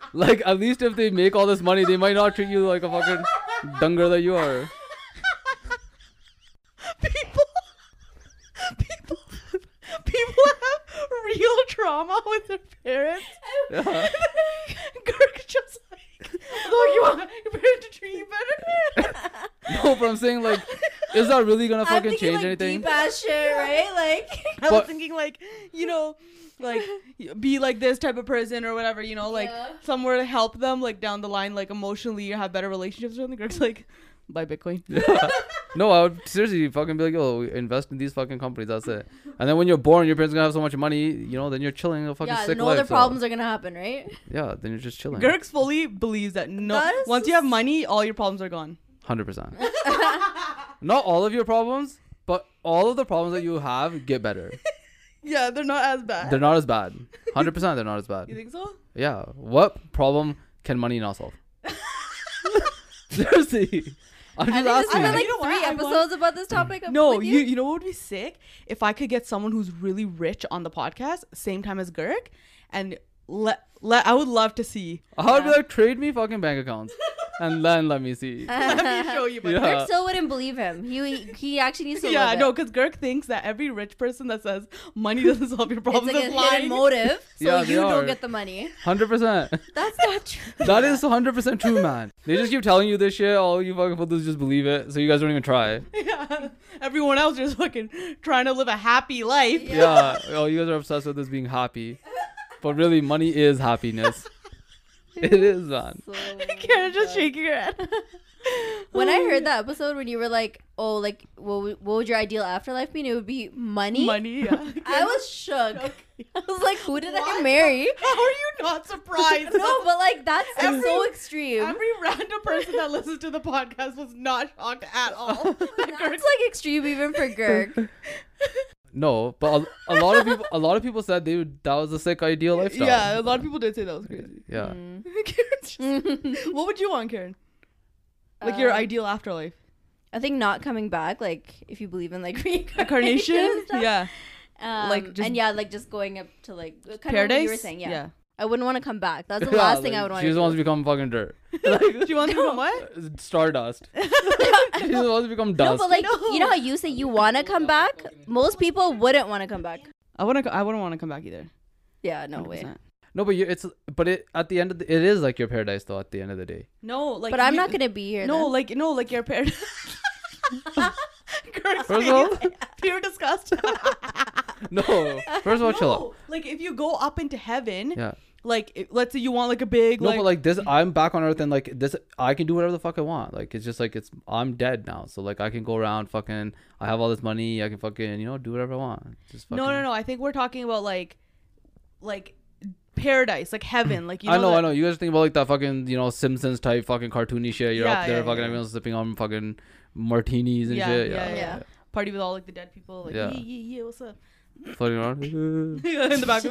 Speaker 2: like at least if they make all this money, they might not treat you like a fucking dunger that you are.
Speaker 1: people people people have real trauma with their parents.
Speaker 3: Uh-huh.
Speaker 2: Yeah.
Speaker 1: Girk just like look, you want your parents to treat you better.
Speaker 2: No, but I'm saying like, is that really gonna
Speaker 3: I'm
Speaker 2: fucking
Speaker 3: thinking
Speaker 2: change
Speaker 3: like
Speaker 2: anything?
Speaker 3: deep ass shit, right? Like,
Speaker 1: I was
Speaker 2: But-
Speaker 1: thinking like, you know, like be like this type of person or whatever, you know, like
Speaker 3: Yeah.
Speaker 1: somewhere to help them like down the line, like emotionally or have better relationships or something. Greg's like, buy Bitcoin.
Speaker 2: no, I would seriously fucking be like, yo, invest in these fucking companies. That's it. And then when you're born, your parents gonna have so much money, you know, then you're chilling a fucking
Speaker 3: yeah,
Speaker 2: sick
Speaker 3: no
Speaker 2: life.
Speaker 3: other
Speaker 2: so-
Speaker 3: problems are gonna happen, right?
Speaker 2: Yeah, then you're just chilling.
Speaker 1: Gurks fully believes that no,
Speaker 3: That is
Speaker 1: once you have money, all your problems are gone.
Speaker 2: Hundred percent. Not all of your problems, but all of the problems that you have get better.
Speaker 1: Yeah, they're not as bad.
Speaker 2: They're not as bad. Hundred percent, they're not as
Speaker 1: you
Speaker 2: bad.
Speaker 1: think so?
Speaker 2: Yeah. What problem can money not solve? Seriously, I'm just
Speaker 3: I think there's
Speaker 2: asking.
Speaker 3: been
Speaker 1: You
Speaker 3: like
Speaker 1: know what?
Speaker 3: three
Speaker 1: I want-
Speaker 3: episodes about this topic. I'm
Speaker 1: No,
Speaker 3: with
Speaker 1: you you know what would be sick if I could get someone who's really rich on the podcast, same time as Gurk, and let let I would love to see.
Speaker 2: I would be like, trade me fucking bank accounts, and then let me see.
Speaker 3: Uh,
Speaker 1: Let me show you. My
Speaker 2: Yeah.
Speaker 3: Kirk still wouldn't believe him. He he actually needs to.
Speaker 1: Yeah,
Speaker 3: live
Speaker 1: no,
Speaker 3: It.
Speaker 1: because Girk thinks that every rich person that says money doesn't solve your
Speaker 3: It's
Speaker 1: problems
Speaker 3: like
Speaker 1: is
Speaker 3: a
Speaker 1: lying.
Speaker 3: hidden motive, so
Speaker 2: Yeah, they
Speaker 3: you
Speaker 2: are.
Speaker 3: don't get the money.
Speaker 2: Hundred percent.
Speaker 3: That's not true.
Speaker 2: That is 100% true, man. They just keep telling you this shit. All you fucking fools just believe it. So you guys don't even try.
Speaker 1: yeah. Everyone else just fucking trying to live a happy life.
Speaker 2: Yeah. Oh, you guys are obsessed with this being happy. But really, money is happiness. it is, man.
Speaker 3: So-
Speaker 1: Karen just shaking her head.
Speaker 3: when I heard that episode, when you were like, "Oh, like, what would, what would your ideal afterlife mean? It would be money."
Speaker 1: money, yeah.
Speaker 3: I was shook. I was like, "Who did I marry?"
Speaker 1: How are you not surprised?
Speaker 3: No, but like that's
Speaker 1: Every-
Speaker 3: so extreme.
Speaker 1: Every random person that listens to the podcast was not shocked at all. That
Speaker 3: That's
Speaker 1: Girk's
Speaker 3: like extreme even for Girk.
Speaker 2: No, but a, a lot of people, a lot of people said they would- that was a sick ideal
Speaker 1: like,
Speaker 2: lifestyle.
Speaker 3: Mm.
Speaker 1: yeah, a lot of people did say that was crazy.
Speaker 2: Yeah.
Speaker 1: Karen's just- Uh, what would you want, Karen? Like your
Speaker 3: Um,
Speaker 1: ideal afterlife?
Speaker 3: I think not coming back, like if you believe in like reincarnation,
Speaker 1: Incarnation?
Speaker 3: and stuff.
Speaker 1: Yeah.
Speaker 3: Um,
Speaker 1: Like, just-
Speaker 3: and yeah, like just going up to like kind of what
Speaker 1: Paradise?
Speaker 3: you were saying, yeah. I wouldn't want to come back. That's the
Speaker 2: Yeah,
Speaker 3: last thing
Speaker 2: like,
Speaker 3: I would want.
Speaker 2: She
Speaker 3: to
Speaker 2: just
Speaker 3: do.
Speaker 2: wants to become fucking dirt.
Speaker 1: Do you want to become what?
Speaker 2: Stardust. she just wants to become
Speaker 3: No,
Speaker 2: dust.
Speaker 3: but like
Speaker 1: No.
Speaker 3: you know how you say you want to come back. Most people wouldn't want to come back.
Speaker 1: I wouldn't. I wouldn't want to come back either.
Speaker 3: Yeah, no way.
Speaker 1: 100%.
Speaker 2: no, but you, it's but it at the end of the, it is like your paradise though. At the end of the day.
Speaker 1: No, like.
Speaker 3: But I'm
Speaker 1: you-
Speaker 3: not gonna be here.
Speaker 1: No,
Speaker 3: No,
Speaker 1: like no, like your parents. Kirk's
Speaker 2: First of all-
Speaker 1: face, pure disgust.
Speaker 2: No. First of all, chill out.
Speaker 1: No, like if you go up into heaven,
Speaker 2: Yeah.
Speaker 1: like if- let's say you want like a big
Speaker 2: No,
Speaker 1: like,
Speaker 2: but like this, I'm back on Earth and like this, I can do whatever the fuck I want. Like it's just like it's, I'm dead now, so like I can go around fucking. I have all this money, I can fucking you know do whatever I want. Just fucking.
Speaker 1: no, no, no. I think we're talking about like, like paradise, like heaven, like you. Know
Speaker 2: I know,
Speaker 1: that-
Speaker 2: I know. You guys think about like that fucking you know Simpsons type fucking cartoony shit. You're
Speaker 1: Yeah,
Speaker 2: up there,
Speaker 1: yeah,
Speaker 2: fucking
Speaker 1: yeah.
Speaker 2: everyone's sipping on fucking martinis and
Speaker 1: Yeah,
Speaker 2: shit.
Speaker 1: yeah,
Speaker 2: Yeah,
Speaker 3: yeah.
Speaker 1: Party with all like the dead people, like yeah,
Speaker 2: Yeah.
Speaker 1: yeah, yeah, what's up?
Speaker 2: floating around.
Speaker 1: in the back.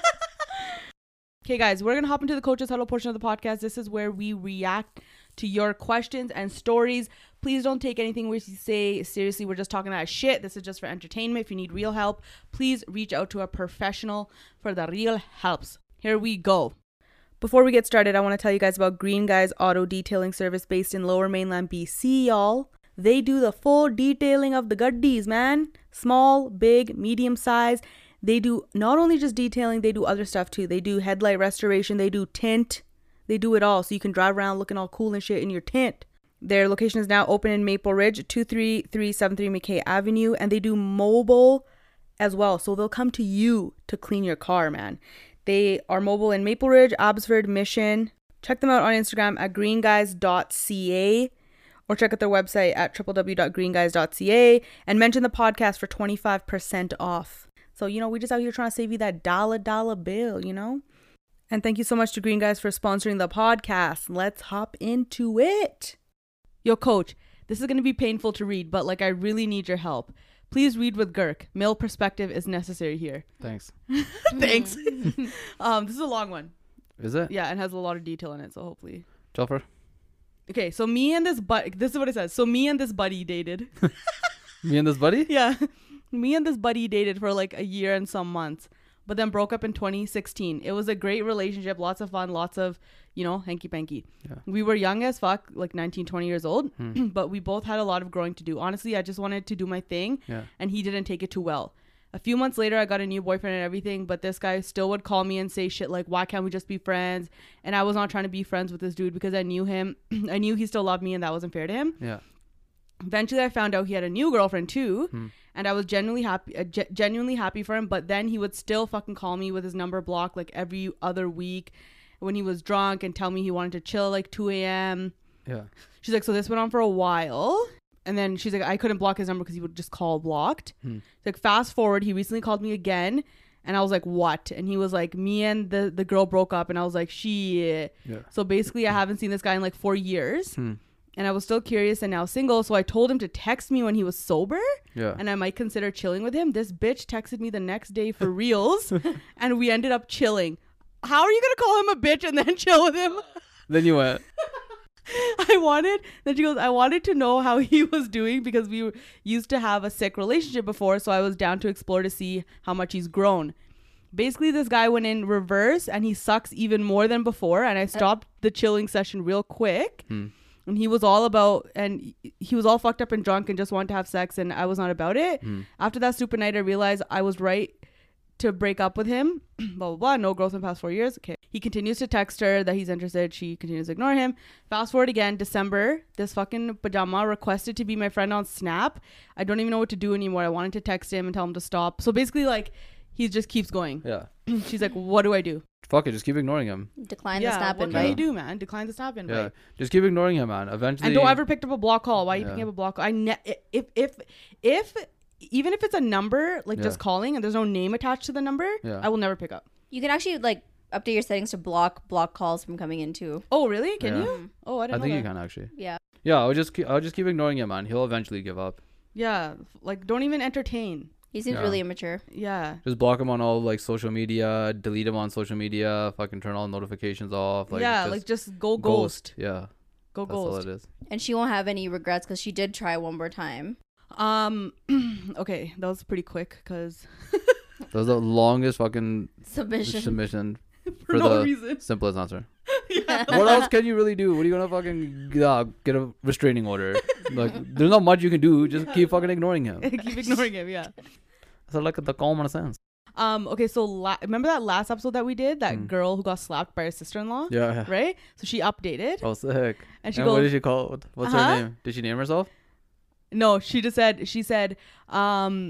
Speaker 1: okay, guys, we're gonna hop into the coaches huddle portion of the podcast. This is where we react to your questions and stories. Please don't take anything we say seriously. We're just talking about shit. This is just for entertainment. If you need real help, please reach out to a professional for the real helps. Here we go. Before we get started, I want to tell you guys about Green Guys Auto Detailing Service based in Lower Mainland BC, y'all. They do the full detailing of the gaddis, man. Small, big, medium size. They do not only just detailing, they do other stuff too. They do headlight restoration, they do tint, they do it all. So you can drive around looking all cool and shit in your tent. Their location is now open in Maple Ridge, 23373 McKay Avenue, and they do mobile as well. So they'll come to you to clean your car, man. They are mobile in Maple Ridge, Abbotsford, Mission. Check them out on Instagram at greenguys.ca or check out their website at www.greenguys.ca and mention the podcast for 25% off. So, you know, we just out here trying to save you that dollar dollar bill, you know? And thank you so much to Green Guys for sponsoring the podcast. Let's hop into it. Yo, coach, this is going to be painful to read, but like I really need your help. Please read with Girk. Male perspective is necessary here.
Speaker 2: Thanks.
Speaker 1: Thanks. um, this is a long one.
Speaker 2: Is it?
Speaker 1: Yeah, and has a lot of detail in it, so hopefully.
Speaker 2: Telfer?
Speaker 1: Okay, so me and this but this is what it says. So me and this buddy dated.
Speaker 2: Me and this buddy?
Speaker 1: yeah. Me and this buddy dated for like a year and some months, but then broke up in 2016. It was a great relationship, lots of fun, lots of, you know, hanky panky.
Speaker 2: Yeah.
Speaker 1: We were young as fuck, like 19, 20 years old, but we both had a lot of growing to do. Honestly, I just wanted to do my thing,
Speaker 2: Yeah.
Speaker 1: and he didn't take it too well. A few months later, I got a new boyfriend and everything, but this guy still would call me and say shit like, "Why can't we just be friends?" And I was not trying to be friends with this dude because I knew him. I knew he still loved me, and that wasn't fair to him.
Speaker 2: Yeah.
Speaker 1: Eventually, I found out he had a new girlfriend too, and I was genuinely happy, uh, ge- genuinely happy for him. But then he would still fucking call me with his number blocked like every other week when he was drunk and tell me he wanted to chill like 2 a.m.
Speaker 2: Yeah.
Speaker 1: She's like, so this went on for a while. And then she's like, I couldn't block his number because he would just call blocked. She's like, fast forward, he recently called me again. And I was like, what? And he was like, me and the, the girl broke up. And I was like, shit.
Speaker 2: Yeah.
Speaker 1: So basically, I haven't seen this guy in like four years. And I was still curious and now single. So I told him to text me when he was sober
Speaker 2: Yeah.
Speaker 1: and I might consider chilling with him. This bitch texted me the next day for reals. and we ended up chilling. How are you going to call him a bitch and then chill with him?
Speaker 2: then you went.
Speaker 1: I wanted then she goes, I wanted to know how he was doing because we were- used to have a sick relationship before, so I was down to explore to see how much he's grown. Basically, this guy went in reverse and he sucks even more than before. And I stopped the chilling session real quick. And he was all about, and he was all fucked up and drunk and just wanted to have sex. And I was not about it. After that stupid night, I realized I was right to break up with him. blah blah blah. No girls in the past four years. Okay. He continues to text her that he's interested. She continues to ignore him. Fast forward again, December. This fucking pajama requested to be my friend on Snap. I don't even know what to do anymore. I wanted to text him and tell him to stop. So basically, like, he just keeps going.
Speaker 2: Yeah.
Speaker 1: She's like, "What do I do?"
Speaker 2: Fuck it. Just keep ignoring him.
Speaker 3: Decline the
Speaker 1: yeah.
Speaker 3: snap
Speaker 1: What can you
Speaker 3: invite.
Speaker 1: do, man? Decline the Snap invite.
Speaker 2: Yeah. Just keep ignoring him, man. Eventually.
Speaker 1: And don't ever pick up a block call. Why are you
Speaker 2: Yeah.
Speaker 1: picking up a block call? I ne- if if if even if it's a number like
Speaker 2: Yeah.
Speaker 1: just calling and there's no name attached to the number,
Speaker 2: Yeah.
Speaker 1: I will never pick up.
Speaker 3: You can actually like update your settings to block block calls from coming in too. Mm-hmm.
Speaker 1: Oh really? Can
Speaker 2: Yeah.
Speaker 1: you? Oh, I
Speaker 2: I
Speaker 1: didn't know
Speaker 2: think
Speaker 1: that.
Speaker 2: you can actually.
Speaker 3: Yeah.
Speaker 2: Yeah. I'll just keep. I'll just keep ignoring him, man. He'll eventually give up.
Speaker 1: Yeah, f- like don't even entertain.
Speaker 3: He seems
Speaker 2: Yeah.
Speaker 3: really immature.
Speaker 1: Yeah.
Speaker 2: Just block him on all like social media. Delete him on social media. Fucking turn all notifications off. Like,
Speaker 1: yeah,
Speaker 2: just
Speaker 1: like just go ghost.
Speaker 2: ghost. Yeah.
Speaker 1: Go
Speaker 2: That's all it
Speaker 1: ghost.
Speaker 2: is.
Speaker 3: And she won't have any regrets because she did try one more time.
Speaker 1: Um okay, that was pretty quick cuz
Speaker 2: That was the longest fucking
Speaker 3: Submission.
Speaker 2: submission
Speaker 1: for,
Speaker 2: for
Speaker 1: no
Speaker 2: the
Speaker 1: reason.
Speaker 2: simplest answer.
Speaker 1: Yeah.
Speaker 2: what else can you really do? What are you gonna fucking uh, get a restraining order? Like, there's not much you can do. Just keep fucking ignoring him.
Speaker 1: Keep ignoring him, yeah.
Speaker 2: That's like the common sense.
Speaker 1: Um okay, so la- remember that last episode that we did, that
Speaker 2: Mm.
Speaker 1: girl who got slapped by her sister-in-law,
Speaker 2: Yeah.
Speaker 1: right? So she updated
Speaker 2: Oh, sick.
Speaker 1: and she
Speaker 2: And what
Speaker 1: goes
Speaker 2: is she called? What's
Speaker 1: Uh-huh.
Speaker 2: her name? Did she name herself?
Speaker 1: No, she just said she said um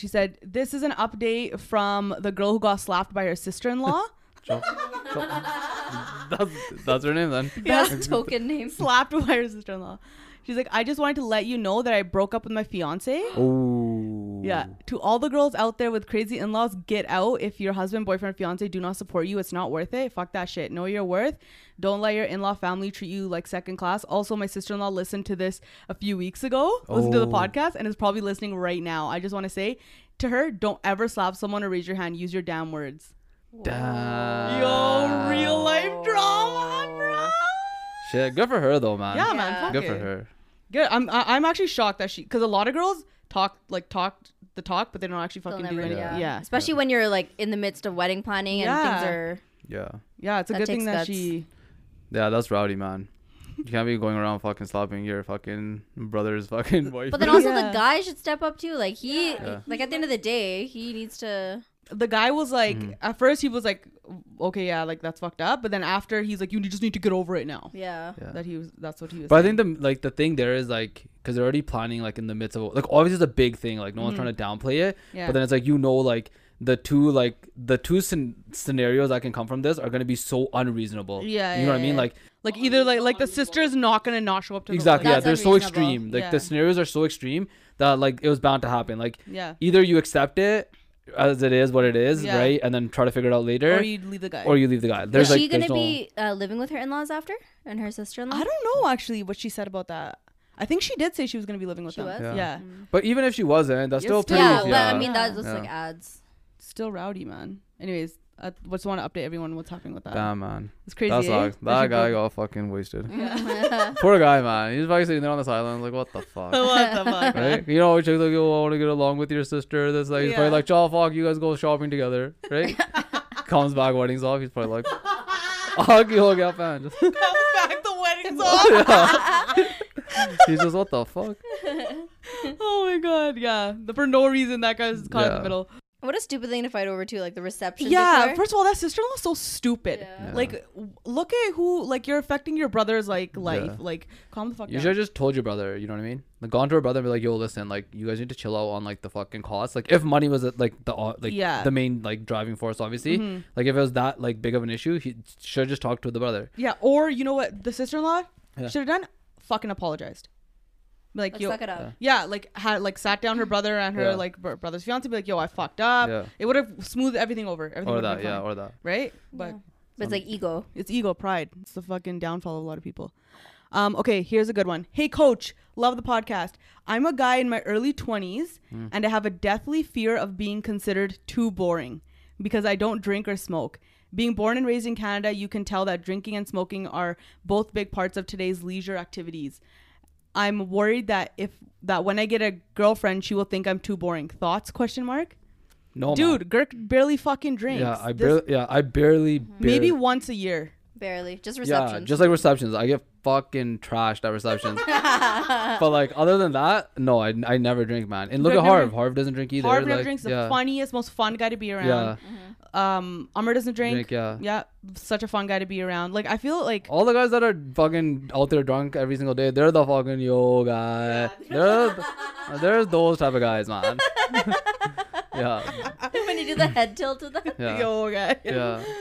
Speaker 1: she said this is an update from the girl who got slapped by her sister-in-law.
Speaker 2: Jo- Jo- that's that's her name then.
Speaker 3: Best token name.
Speaker 1: slapped by her sister-in-law. She's like, I just wanted to let you know that I broke up with my fiance.
Speaker 2: Oh.
Speaker 1: Yeah. To all the girls out there with crazy in-laws, get out. If your husband, boyfriend, fiance do not support you, it's not worth it. Fuck that shit. Know your worth. Don't let your in-law family treat you like second class. Also, my sister-in-law listened to this a few weeks ago. Listened to the
Speaker 2: Oh.
Speaker 1: podcast and is probably listening right now. I just want to say to her, don't ever slap someone or raise your hand. Use your damn words.
Speaker 2: Damn.
Speaker 1: Yo, real life drama, bro.
Speaker 2: Shit. Good for her though, man.
Speaker 1: Yeah, man. Fuck
Speaker 2: Good for
Speaker 1: it.
Speaker 2: her.
Speaker 1: Good. I'm I- I'm actually shocked that she because a lot of girls talk like talk the talk, but they don't actually
Speaker 3: They'll
Speaker 1: fucking do
Speaker 3: never-
Speaker 1: anything.
Speaker 2: yeah.
Speaker 1: Yeah.
Speaker 3: yeah.
Speaker 1: yeah,
Speaker 3: Especially when you're like in the midst of wedding planning and
Speaker 1: Yeah.
Speaker 3: things are
Speaker 2: Yeah.
Speaker 1: it's a
Speaker 3: That
Speaker 1: good thing
Speaker 3: takes
Speaker 1: that
Speaker 3: guts.
Speaker 1: she.
Speaker 2: Yeah, that's rowdy, man. You can't be going around fucking slapping your fucking brother's fucking wife.
Speaker 3: But then also
Speaker 1: Yeah.
Speaker 3: the guy should step up too. Like he,
Speaker 2: Yeah.
Speaker 3: like at the end of the day, he needs to.
Speaker 1: the guy was like
Speaker 2: Mhm.
Speaker 1: at first he was like okay yeah like that's fucked up but then after he's like you just need to get over it now
Speaker 3: Yeah.
Speaker 2: Yeah.
Speaker 1: that he was that's what he was
Speaker 2: But I
Speaker 1: saying.
Speaker 2: think the like the thing there is like because they're already planning like in the midst of like obviously it's a big thing like no one's trying
Speaker 3: Mm-hmm.
Speaker 2: to downplay it.
Speaker 1: yeah
Speaker 2: But then it's like you know like the two like the two scen- scenarios that can come from this are gonna be so unreasonable.
Speaker 1: Yeah,
Speaker 2: you know what I
Speaker 1: yeah,
Speaker 2: mean.
Speaker 1: yeah.
Speaker 2: Like
Speaker 1: like either like like the sister's not gonna not show up to
Speaker 2: exactly,
Speaker 1: the
Speaker 2: yeah.
Speaker 3: That's
Speaker 2: They're so
Speaker 3: unreasonable.
Speaker 2: extreme. Like
Speaker 1: Yeah.
Speaker 2: the scenarios are so extreme that like it was bound to happen. Like
Speaker 1: yeah
Speaker 2: either you accept it as it is what it is,
Speaker 1: Yeah.
Speaker 2: right, and then try to figure it out later,
Speaker 1: or you leave the guy
Speaker 2: leave the guy. There's
Speaker 3: Is
Speaker 2: like
Speaker 3: she
Speaker 2: there's
Speaker 3: gonna
Speaker 2: no-
Speaker 3: be uh, living with her in-laws after and her sister-in-law?
Speaker 1: i don't know actually what she said about that i think she did say she was gonna be living with
Speaker 3: She
Speaker 1: them
Speaker 3: was?
Speaker 1: yeah.
Speaker 2: Yeah. But even if she wasn't, that's
Speaker 1: You're
Speaker 2: still
Speaker 1: still-
Speaker 2: pretty.
Speaker 3: yeah,
Speaker 2: Yeah,
Speaker 1: prove,
Speaker 3: but I mean that just
Speaker 2: Yeah.
Speaker 3: like adds.
Speaker 1: still rowdy man anyways i just want to update everyone what's happening with that
Speaker 2: Damn man,
Speaker 1: it's crazy
Speaker 2: that's
Speaker 1: eh?
Speaker 2: like
Speaker 1: That
Speaker 2: that
Speaker 1: she
Speaker 2: guy
Speaker 1: broke-
Speaker 2: got fucking wasted. Poor guy, man. He's probably sitting there on this island, like, what the fuck,
Speaker 1: what the fuck
Speaker 2: right? You know, chicks like, yo, I want to get along with your sister. This, like, he's
Speaker 1: Yeah.
Speaker 2: probably like, y'all, fuck, you guys go shopping together, right? Comes back, wedding's off. He's probably like, fuck, you all get fan. Just-
Speaker 1: back the wedding song
Speaker 2: he's just, what the fuck?
Speaker 1: oh my god yeah The- for no reason that guy was caught in the
Speaker 2: Yeah.
Speaker 1: middle
Speaker 3: What a stupid thing to fight over too, like the reception.
Speaker 1: yeah
Speaker 3: decor.
Speaker 1: first of all that sister-in-law's so stupid
Speaker 3: Yeah.
Speaker 2: Yeah.
Speaker 1: like w- look at who like you're affecting your brother's like life
Speaker 2: Yeah.
Speaker 1: like calm the fuck
Speaker 2: You
Speaker 1: down
Speaker 2: should have just told your brother, you know what I mean? Like gone to her brother and be like, yo, listen, like you guys need to chill out on like the fucking cost. Like if money was like the uh, like
Speaker 1: Yeah. Mm-hmm.
Speaker 2: the main like driving force, obviously. Like if it was that like big of an issue, he should just talk to the brother.
Speaker 1: yeah or you know what the sister-in-law
Speaker 2: Yeah.
Speaker 1: should have done fucking apologized Be like
Speaker 3: Like,
Speaker 1: yo
Speaker 3: suck it up.
Speaker 1: yeah like had like sat down her brother and her
Speaker 2: Yeah.
Speaker 1: like br- brother's fiance be like yo i fucked up
Speaker 2: Yeah.
Speaker 1: it would have smoothed everything over everything
Speaker 2: Or
Speaker 1: would've
Speaker 2: that,
Speaker 1: been
Speaker 2: yeah,
Speaker 1: fine.
Speaker 2: or that.
Speaker 1: right but
Speaker 3: But it's like ego.
Speaker 1: It's ego, pride. It's the fucking downfall of a lot of people. Um, okay, here's a good one. Hey, coach, love the podcast. I'm a guy in my early 20s
Speaker 2: Hmm.
Speaker 1: and I have a deathly fear of being considered too boring because I don't drink or smoke. Being born and raised in Canada, you can tell that drinking and smoking are both big parts of today's leisure activities. I'm worried that if that when I get a girlfriend, she will think I'm too boring. Thoughts? Question mark.
Speaker 2: No man.
Speaker 1: Dude, Girk barely fucking drinks.
Speaker 2: Oh Yeah, I
Speaker 1: This- Mm-hmm.
Speaker 2: barely yeah, I barely,
Speaker 1: maybe
Speaker 2: barely-
Speaker 1: once a year.
Speaker 3: Barely. Just
Speaker 2: yeah,
Speaker 3: reception.
Speaker 2: just like receptions. I get fucking trashed at receptions. but like other than that, no, I, I never drink, man. And look
Speaker 1: I've
Speaker 2: at
Speaker 1: never-
Speaker 2: Harv. Harv doesn't drink either.
Speaker 1: Harv never
Speaker 2: like,
Speaker 1: drinks. The
Speaker 2: yeah,
Speaker 1: funniest, most fun guy to be around.
Speaker 2: yeah,
Speaker 3: Mm-hmm.
Speaker 1: Um, Amr doesn't drink.
Speaker 2: drink, yeah.
Speaker 1: Yeah, such a fun guy to be around. Like I feel like
Speaker 2: All the guys that are fucking out there drunk every single day, they're the fucking yo guy. They're, they're those type of guys, man. yeah.
Speaker 3: when you do the head tilt with the
Speaker 2: Oh. Yeah.
Speaker 1: yo guy.
Speaker 2: Yeah.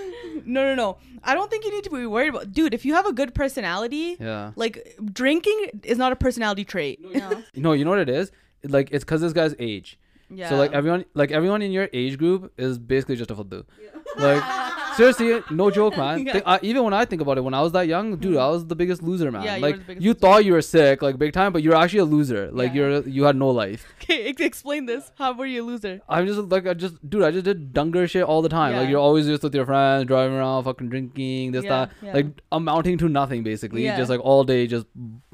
Speaker 1: No, no, no. I don't think you need to be worried about, dude. If you have a good personality,
Speaker 2: Yeah.
Speaker 1: like drinking is not a personality trait.
Speaker 3: No.
Speaker 2: No, you know what it is? Like, it's because this guy's age.
Speaker 1: Yeah.
Speaker 2: So like everyone, like everyone in your age group is basically just a fuddu. Like seriously, no joke, man.
Speaker 1: Yeah.
Speaker 2: Think- I, even when I think about it, when I was that young, dude, I was the biggest loser, man.
Speaker 1: Yeah, you were
Speaker 2: like
Speaker 1: the
Speaker 2: you,
Speaker 1: biggest loser.
Speaker 2: thought you were sick, like big time, but you're actually a loser. Like
Speaker 1: Yeah.
Speaker 2: you're you had no life.
Speaker 1: okay, ex- explain this. How were you a loser?
Speaker 2: I'm just like I just dude, I just did dunker shit all the time.
Speaker 1: Yeah.
Speaker 2: Like you're always just with your friends, driving around, fucking drinking, this
Speaker 1: Yeah,
Speaker 2: that,
Speaker 1: yeah.
Speaker 2: like amounting to nothing basically.
Speaker 1: Yeah.
Speaker 2: Just like all day, just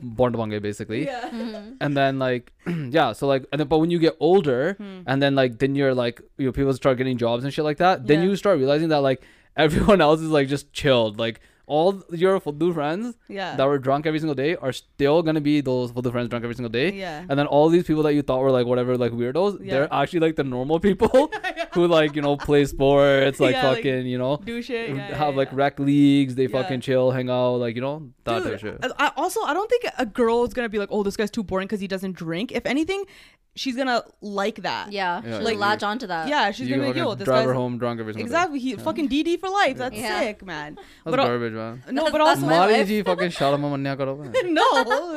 Speaker 2: bondabange basically. And then like yeah, so like and then but when you get older,
Speaker 1: Hmm.
Speaker 2: and then like then you're like you know people start getting jobs and shit like that. Then
Speaker 1: Yeah.
Speaker 2: you start realizing that like everyone else is like just chilled, like. All your Fudu friends
Speaker 1: Yeah.
Speaker 2: that were drunk every single day are still gonna be those Fudu friends drunk every single day.
Speaker 1: Yeah.
Speaker 2: And then all these people that you thought were like whatever, like weirdos,
Speaker 1: Yeah.
Speaker 2: they're actually like the normal people who like you know play sports, like
Speaker 1: Yeah, like,
Speaker 2: fucking you know
Speaker 1: Do shit. Yeah,
Speaker 2: have
Speaker 1: yeah,
Speaker 2: like
Speaker 1: yeah.
Speaker 2: rec leagues. They
Speaker 1: Yeah.
Speaker 2: fucking chill, hang out, like you know that type of
Speaker 1: Dude,
Speaker 2: shit.
Speaker 1: I, I also I don't think a girl is gonna be like, oh, this guy's too boring because he doesn't drink. If anything, she's gonna like that.
Speaker 3: Yeah.
Speaker 2: Yeah,
Speaker 3: She'll
Speaker 2: like-
Speaker 3: latch onto that.
Speaker 1: Yeah, she's
Speaker 2: you
Speaker 1: gonna be like,
Speaker 2: fucking
Speaker 1: yo, this
Speaker 2: drive her
Speaker 1: guy's
Speaker 2: home drunk every single
Speaker 1: Exactly. He fucking DD for life. That's
Speaker 3: Yeah.
Speaker 1: sick, man.
Speaker 2: day. That's
Speaker 1: but al-
Speaker 2: garbage, man.
Speaker 1: no, but
Speaker 3: That's
Speaker 1: also
Speaker 3: my
Speaker 2: Mari
Speaker 3: life.
Speaker 2: ji fucking shalama manya karo, man.
Speaker 1: no,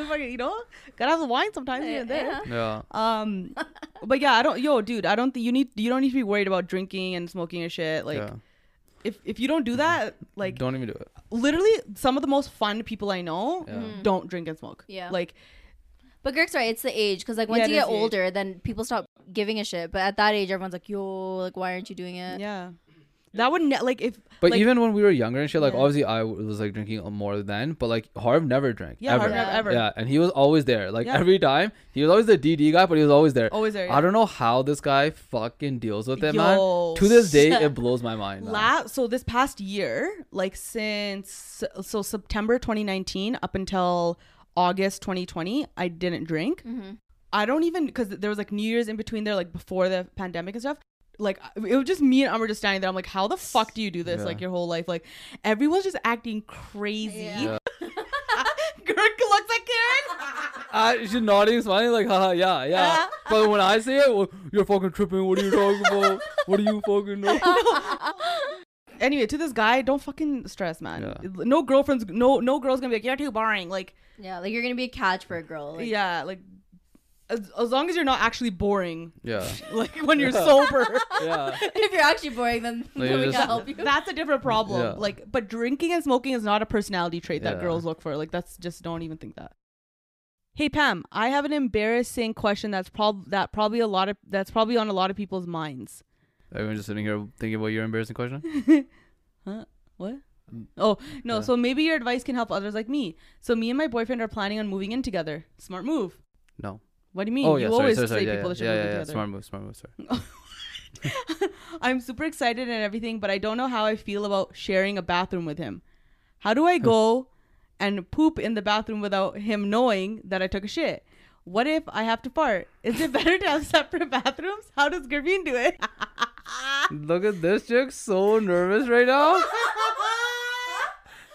Speaker 1: fucking, you know, gotta have the wine sometimes here and there.
Speaker 2: Yeah.
Speaker 1: Um, but yeah, I don't. Yo, dude, I don't think you need. You don't need to be worried about drinking and smoking and shit. Like,
Speaker 2: yeah. Mm-hmm.
Speaker 1: if if you don't do that, like,
Speaker 2: Don't even do it.
Speaker 1: literally, some of the most fun people I know
Speaker 2: Yeah. Mhm.
Speaker 1: don't drink and smoke.
Speaker 3: Mm-hmm. Yeah.
Speaker 1: like,
Speaker 3: But Greg's right. It's the age. Because like
Speaker 1: Yeah,
Speaker 3: once
Speaker 1: it
Speaker 3: you
Speaker 1: is
Speaker 3: get
Speaker 1: the age.
Speaker 3: older, then people stop giving a shit. But at that age, everyone's like, yo, like why aren't you doing it?
Speaker 1: yeah. That would ne- like if
Speaker 2: But
Speaker 1: like,
Speaker 2: even when we were younger and shit, like
Speaker 3: Yeah.
Speaker 2: obviously I w- was like drinking more then, but like Harv never drank.
Speaker 1: yeah,
Speaker 2: ever.
Speaker 1: Harvard
Speaker 3: Yeah.
Speaker 1: ever
Speaker 2: Yeah, and he was always there. Like
Speaker 1: Yeah.
Speaker 2: every time, he was always the DD guy, but he was always there.
Speaker 1: always there.
Speaker 2: I don't know how this guy fucking deals with it,
Speaker 1: Yo.
Speaker 2: man. To this day, it blows my mind. man.
Speaker 1: La- so this past year, like since so September 2019 up until August 2020, I didn't drink.
Speaker 3: Mm-hmm.
Speaker 1: I don't even because there was like New Year's in between there, like before the pandemic and stuff. Like uh, it was just me and Umber just standing there. I'm like, how the fuck do you do this?
Speaker 2: Yeah.
Speaker 1: Like your whole life, like everyone's just acting crazy.
Speaker 3: Yeah.
Speaker 1: Girl looks like Karen.
Speaker 2: I, she's nodding, smiling, like, haha, yeah, yeah. but when I see it, well, you're fucking tripping. What are you talking about? What do you fucking know?
Speaker 1: anyway, to this guy, don't fucking stress, man.
Speaker 2: Yeah.
Speaker 1: No girlfriends, no no girls gonna be like you're too boring. Like
Speaker 3: Yeah, like you're gonna be a catch for a girl. Like,
Speaker 1: yeah, like as, as long as you're not actually boring,
Speaker 2: Yeah.
Speaker 1: like when you're
Speaker 2: Yeah.
Speaker 1: sober,
Speaker 2: Yeah.
Speaker 3: If you're actually boring, then,
Speaker 2: Like,
Speaker 3: then
Speaker 2: you're
Speaker 3: we
Speaker 2: just-
Speaker 3: can help you.
Speaker 1: that's a different problem.
Speaker 2: Yeah.
Speaker 1: Like, but drinking and smoking is not a personality trait that
Speaker 2: Yeah.
Speaker 1: girls look for. Like, that's just don't even think that. Hey Pam, I have an embarrassing question that's prob that probably a lot of that's probably on a lot of people's minds.
Speaker 2: Everyone just sitting here thinking about your embarrassing question?
Speaker 1: What? Oh no!
Speaker 2: Mm. Yeah.
Speaker 1: So maybe your advice can help others like me. So me and my boyfriend are planning on moving in together. Smart move.
Speaker 2: No.
Speaker 1: What do you mean?
Speaker 2: oh,
Speaker 1: you
Speaker 2: yeah. Sorry,
Speaker 1: always
Speaker 2: sorry, sorry.
Speaker 1: say
Speaker 2: Yeah,
Speaker 1: people
Speaker 2: yeah,
Speaker 1: that should
Speaker 2: yeah,
Speaker 1: move in
Speaker 2: yeah, yeah.
Speaker 1: together.
Speaker 2: Smart move, smart move. Sorry.
Speaker 1: I'm super excited and everything, but I don't know how I feel about sharing a bathroom with him. How do I go and poop in the bathroom without him knowing that I took a shit? What if I have to fart? Is it better to have separate bathrooms? How does Graveen do it?
Speaker 2: Look at this chick, so nervous right now.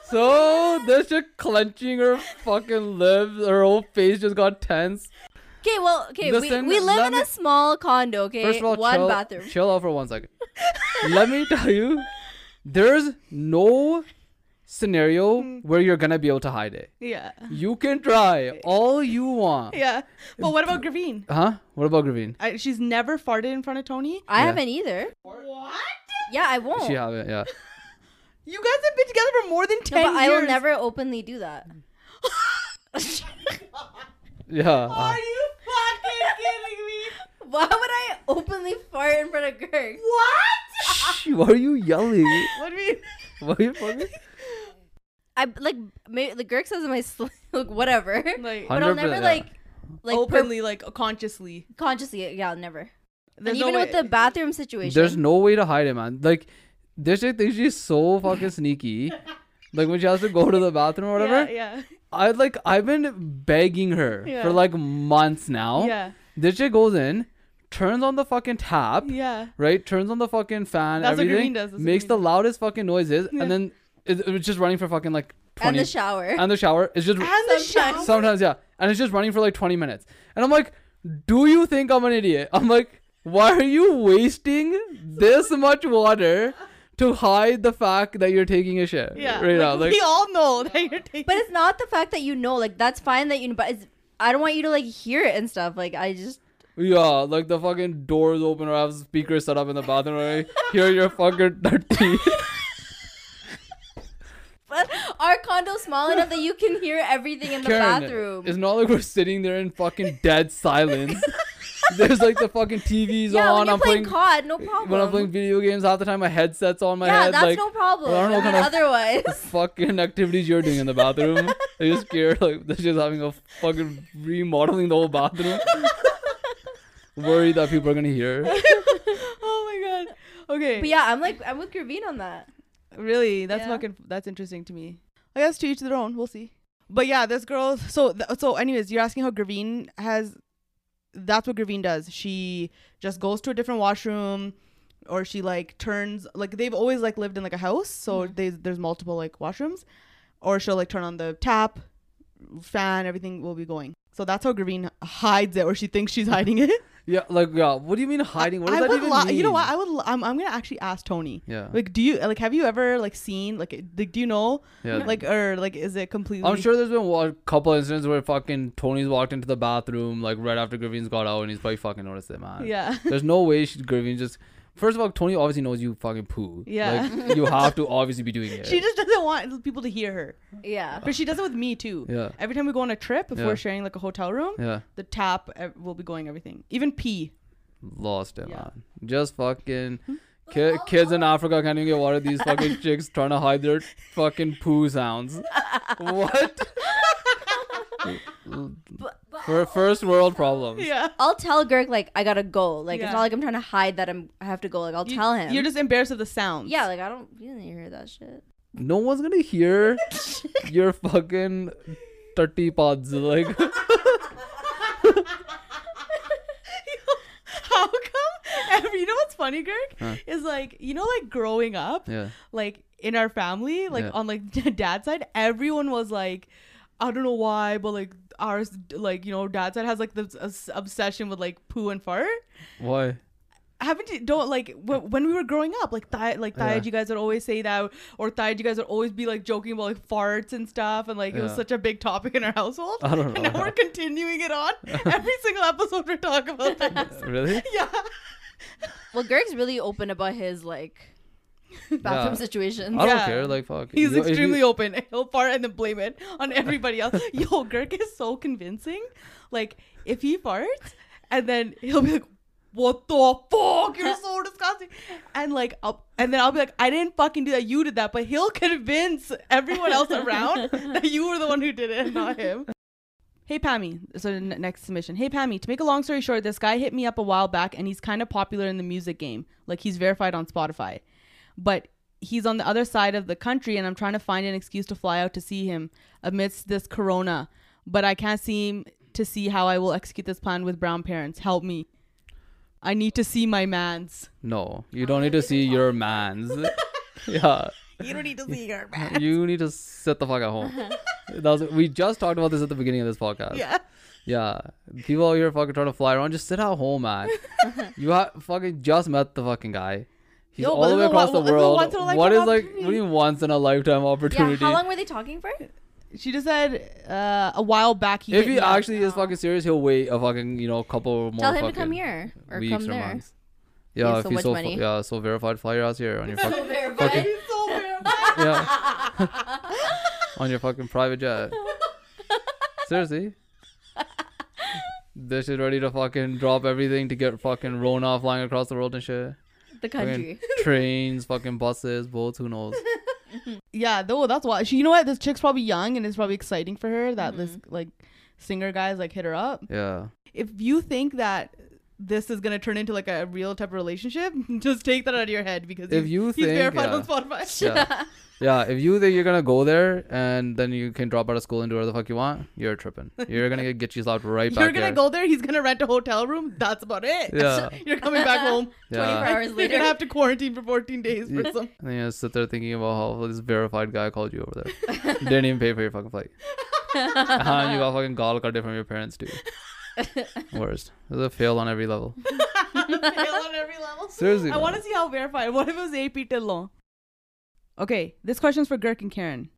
Speaker 2: So this chick clenching her fucking lips, her whole face just got tense.
Speaker 3: Okay, well, okay,
Speaker 2: Listen,
Speaker 3: we, we live
Speaker 2: let
Speaker 3: in
Speaker 2: me-
Speaker 3: a small condo. Okay,
Speaker 2: First of all,
Speaker 3: one
Speaker 2: chill,
Speaker 3: bathroom.
Speaker 2: chill out for one second. Let me tell you, there's no scenario where you're gonna be able to hide it.
Speaker 1: yeah.
Speaker 2: You can try all you want.
Speaker 1: Yeah. But what about Graveen?
Speaker 2: Huh? What about Graveen?
Speaker 1: I, she's never farted in front of Tony.
Speaker 3: I
Speaker 2: Yeah.
Speaker 3: haven't either.
Speaker 1: What?
Speaker 3: Yeah, I won't.
Speaker 2: She haven't, yeah.
Speaker 1: You guys have been together for more than
Speaker 3: No,
Speaker 1: 10
Speaker 3: but I
Speaker 1: years.
Speaker 3: will never openly do that.
Speaker 2: Yeah.
Speaker 1: Are you fucking kidding me?
Speaker 3: Why would I openly fart in front of Kirk?
Speaker 1: What?
Speaker 2: Shh, why are you yelling?
Speaker 1: What do you mean?
Speaker 2: Why are you fucking?
Speaker 3: I like may the Girk says in my sl- like whatever,
Speaker 1: Like,
Speaker 3: but I'll
Speaker 2: 100%,
Speaker 3: never
Speaker 2: yeah.
Speaker 3: like like per-
Speaker 1: openly, like consciously.
Speaker 3: consciously. Yeah, never.
Speaker 1: There's
Speaker 3: and
Speaker 1: no
Speaker 3: even with
Speaker 1: way-
Speaker 3: the bathroom situation,
Speaker 2: There's no way to hide it, man. Like, this chick thinks she's so fucking sneaky. Like when she has to go to the bathroom or whatever,
Speaker 1: Yeah,
Speaker 2: I like I've been begging her
Speaker 1: Yeah.
Speaker 2: for like months now.
Speaker 1: yeah, yeah.
Speaker 2: This chick goes in, turns on the fucking tap,
Speaker 1: yeah.
Speaker 2: right? Turns on the fucking fan,
Speaker 1: That's what
Speaker 2: everything.
Speaker 1: Graveen does, that's what
Speaker 2: makes
Speaker 1: Graveen
Speaker 2: the loudest fucking noises,
Speaker 1: Yeah.
Speaker 2: and then it, it was just running for fucking like
Speaker 3: and
Speaker 2: twenty.
Speaker 3: the shower.
Speaker 2: and the shower. It's just
Speaker 1: And the
Speaker 3: Sometimes.
Speaker 1: shower.
Speaker 2: sometimes yeah, and it's just running for like twenty minutes. And I'm like, do you think I'm an idiot? I'm like, why are you wasting this much water to hide the fact that you're taking a shit
Speaker 1: Yeah.
Speaker 2: right now? Like,
Speaker 1: we all know that you're taking.
Speaker 3: but it's not the fact that you know. Like that's fine that you. But it's, I don't want you to like hear it and stuff. Like I just
Speaker 2: yeah, like the fucking doors open or I have speakers set up in the bathroom. Right? Here you're fucking dirty.
Speaker 3: But our condo's small enough that you can hear everything in the
Speaker 2: Karen,
Speaker 3: bathroom.
Speaker 2: It's not like we're sitting there in fucking dead silence. There's like the fucking TVs
Speaker 3: yeah,
Speaker 2: on.
Speaker 3: when you're
Speaker 2: I'm playing
Speaker 3: playing COD, no problem.
Speaker 2: when I'm playing video games half the time. My headset's on my
Speaker 3: yeah,
Speaker 2: head.
Speaker 3: that's
Speaker 2: like,
Speaker 3: no problem.
Speaker 2: I don't know
Speaker 3: I
Speaker 2: what
Speaker 3: mean,
Speaker 2: kind of-
Speaker 3: otherwise,
Speaker 2: fucking activities you're doing in the bathroom. Are you scared? Like they're just having a fucking remodeling the whole bathroom. Worried that people are gonna hear.
Speaker 1: oh my god. Okay.
Speaker 3: but yeah, I'm like I'm with Graveen on that.
Speaker 1: Really, that's
Speaker 3: Yeah.
Speaker 1: fucking. That's interesting to me. I guess to each their own. We'll see. But yeah, this girl. So th- so. Anyways, you're asking how Graveen has. That's what Graveen does. She just goes to a different washroom, or she like turns like they've always like lived in like a house, so they, there's multiple like washrooms, or she'll like turn on the tap, fan, everything will be going. So that's how Graveen hides it, or she thinks she's hiding it.
Speaker 2: Yeah, like yeah. What do you mean hiding? What does
Speaker 1: I
Speaker 2: that
Speaker 1: would
Speaker 2: even
Speaker 1: lo-
Speaker 2: mean?
Speaker 1: You know what? I would. Lo- I'm, I'm gonna actually ask Tony.
Speaker 2: yeah,
Speaker 1: Like, do you like have you ever like seen like it- like do you know
Speaker 2: yeah.
Speaker 1: like or like is it completely?
Speaker 2: I'm sure there's been a couple incidents where fucking Tony's walked into the bathroom like right after Graveen's got out, and he's probably fucking noticed it, man.
Speaker 1: Yeah.
Speaker 2: There's no way she, Graveen just. First of all, Tony obviously knows you fucking poo.
Speaker 1: Yeah.
Speaker 2: Like, you have to obviously be doing it.
Speaker 1: She just doesn't want people to hear her,
Speaker 3: Yeah.
Speaker 1: but she does it with me too.
Speaker 2: Yeah.
Speaker 1: Every time we go on a trip, if
Speaker 2: Yeah.
Speaker 1: we're sharing like a hotel room,
Speaker 2: yeah.
Speaker 1: the tap eh, will be going everything, even pee.
Speaker 2: lost it,
Speaker 1: Yeah. Hmm?
Speaker 2: man. Just fucking Ki- kids in Africa can't even get water. These fucking chicks trying to hide their fucking poo sounds. What?
Speaker 3: But, but
Speaker 2: For first world problems.
Speaker 1: Yeah.
Speaker 3: I'll tell Girk like I gotta go. Like
Speaker 1: Yeah.
Speaker 3: it's not like I'm trying to hide that I'm I have to go. Like I'll
Speaker 1: You-
Speaker 3: tell him.
Speaker 1: You're just embarrassed of the sounds.
Speaker 3: yeah. Like I don't you didn't hear that shit.
Speaker 2: No one's gonna hear your fucking dirty pods. Like,
Speaker 1: How come? Every, you know what's funny, Girk?
Speaker 2: Huh.
Speaker 1: Is like you know, like growing up,
Speaker 2: yeah.
Speaker 1: like in our family, like
Speaker 2: Yeah.
Speaker 1: on like dad's side, everyone was like, I don't know why, but like ours, like you know, dad's side has like this obs- obsession with like poo and fart.
Speaker 2: Why?
Speaker 1: haven't you don't like wh- when we were growing up like thai like thai
Speaker 2: Yeah.
Speaker 1: you guys would always say that or thai you guys would always be like joking about like farts and stuff and like it was
Speaker 2: Yeah.
Speaker 1: such a big topic in our household
Speaker 2: I
Speaker 1: and
Speaker 2: don't know.
Speaker 1: now we're continuing it on every single episode we talk about this
Speaker 2: Really?
Speaker 1: yeah
Speaker 3: Well, Girk's really open about his like bathroom
Speaker 2: Yeah.
Speaker 3: situations.
Speaker 2: I don't
Speaker 1: Yeah.
Speaker 2: care. Like, fuck.
Speaker 1: he's
Speaker 2: You- if you-
Speaker 1: extremely open he'll fart and then blame it on everybody else yo girk is so convincing like if he farts and then he'll be like what the fuck? You're so disgusting. And like, I'll, and then I'll be like, I didn't fucking do that. You did that. But he'll convince everyone else around that you were the one who did it and not him. Hey Pammy, so n- next submission. Hey Pammy, to make a long story short, this guy hit me up a while back and he's kind of popular in the music game. Like he's verified on Spotify. But he's on the other side of the country and I'm trying to find an excuse to fly out to see him amidst this corona. But I can't seem to see how I will execute this plan with brown parents. Help me. I need to see my mans.
Speaker 2: No, you don't need to see your man's. yeah.
Speaker 1: You don't need to see your
Speaker 2: You need to sit the fuck at home. That was, we just talked about this at the beginning of this podcast.
Speaker 1: Yeah.
Speaker 2: Yeah. People out here fucking trying to fly around. Just sit at home, man. you ha- fucking just met the fucking guy. He's
Speaker 1: Yo, but
Speaker 2: all the
Speaker 1: this
Speaker 2: way
Speaker 1: is a
Speaker 2: across
Speaker 1: wa- this
Speaker 2: the
Speaker 1: is a
Speaker 2: world.
Speaker 1: once-in-a-lifetime
Speaker 2: What is like? What do
Speaker 1: opportunity.
Speaker 2: you mean once in a lifetime
Speaker 3: yeah.
Speaker 2: opportunity?
Speaker 3: How long were they talking for?
Speaker 1: She just said uh, a while back. He hit
Speaker 2: if he
Speaker 1: me up.
Speaker 2: actually is fucking serious, he'll wait a fucking you know couple more.
Speaker 3: Tell him to
Speaker 2: fucking
Speaker 3: come here or
Speaker 2: weeks
Speaker 3: come there.
Speaker 2: months. Yeah,
Speaker 3: has
Speaker 2: if
Speaker 3: so
Speaker 2: he's
Speaker 3: much
Speaker 2: so fu-
Speaker 3: money.
Speaker 2: yeah so verified, fly your ass here on your fucking
Speaker 3: verified.
Speaker 1: He's so weird.
Speaker 2: yeah. on your fucking private jet. Seriously. This shit ready to fucking drop everything to get fucking Rona flying across the world and shit.
Speaker 3: The
Speaker 2: Fucking
Speaker 3: country.
Speaker 2: trains, fucking buses, boats, who knows?
Speaker 1: yeah, though that's why. She, you know what? This chick's probably young, and it's probably exciting for her that this
Speaker 2: Mm-hmm.
Speaker 1: like singer guys like hit her up.
Speaker 2: Yeah.
Speaker 1: If you think that this is gonna turn into like a real type of relationship, just take that out of your head because
Speaker 2: If
Speaker 1: he's-
Speaker 2: you
Speaker 1: he's
Speaker 2: think-
Speaker 1: verified
Speaker 2: yeah.
Speaker 1: on Spotify.
Speaker 2: Yeah. Yeah. If you think you're gonna go there and then you can drop out of school and do whatever the fuck you want, you're tripping. You're gonna get get you slapped right
Speaker 1: You're
Speaker 2: back
Speaker 1: gonna
Speaker 2: there.
Speaker 1: go there. He's gonna rent a hotel room. That's about it.
Speaker 2: Yeah.
Speaker 1: You're coming back home.
Speaker 2: yeah.
Speaker 3: 24 hours
Speaker 1: You're
Speaker 3: later.
Speaker 1: gonna have to quarantine for 14 days for
Speaker 2: Yeah.
Speaker 1: some.
Speaker 2: And then you sit there thinking about how this verified guy called you over there. Didn't even pay for your fucking flight. and you got fucking gall carded from your parents too. Worst. It was a fail on every level.
Speaker 1: fail on every level.
Speaker 2: Seriously.
Speaker 1: I want to see how verified. What if it was AP Tillon? Okay, this question's for Girk and Karen.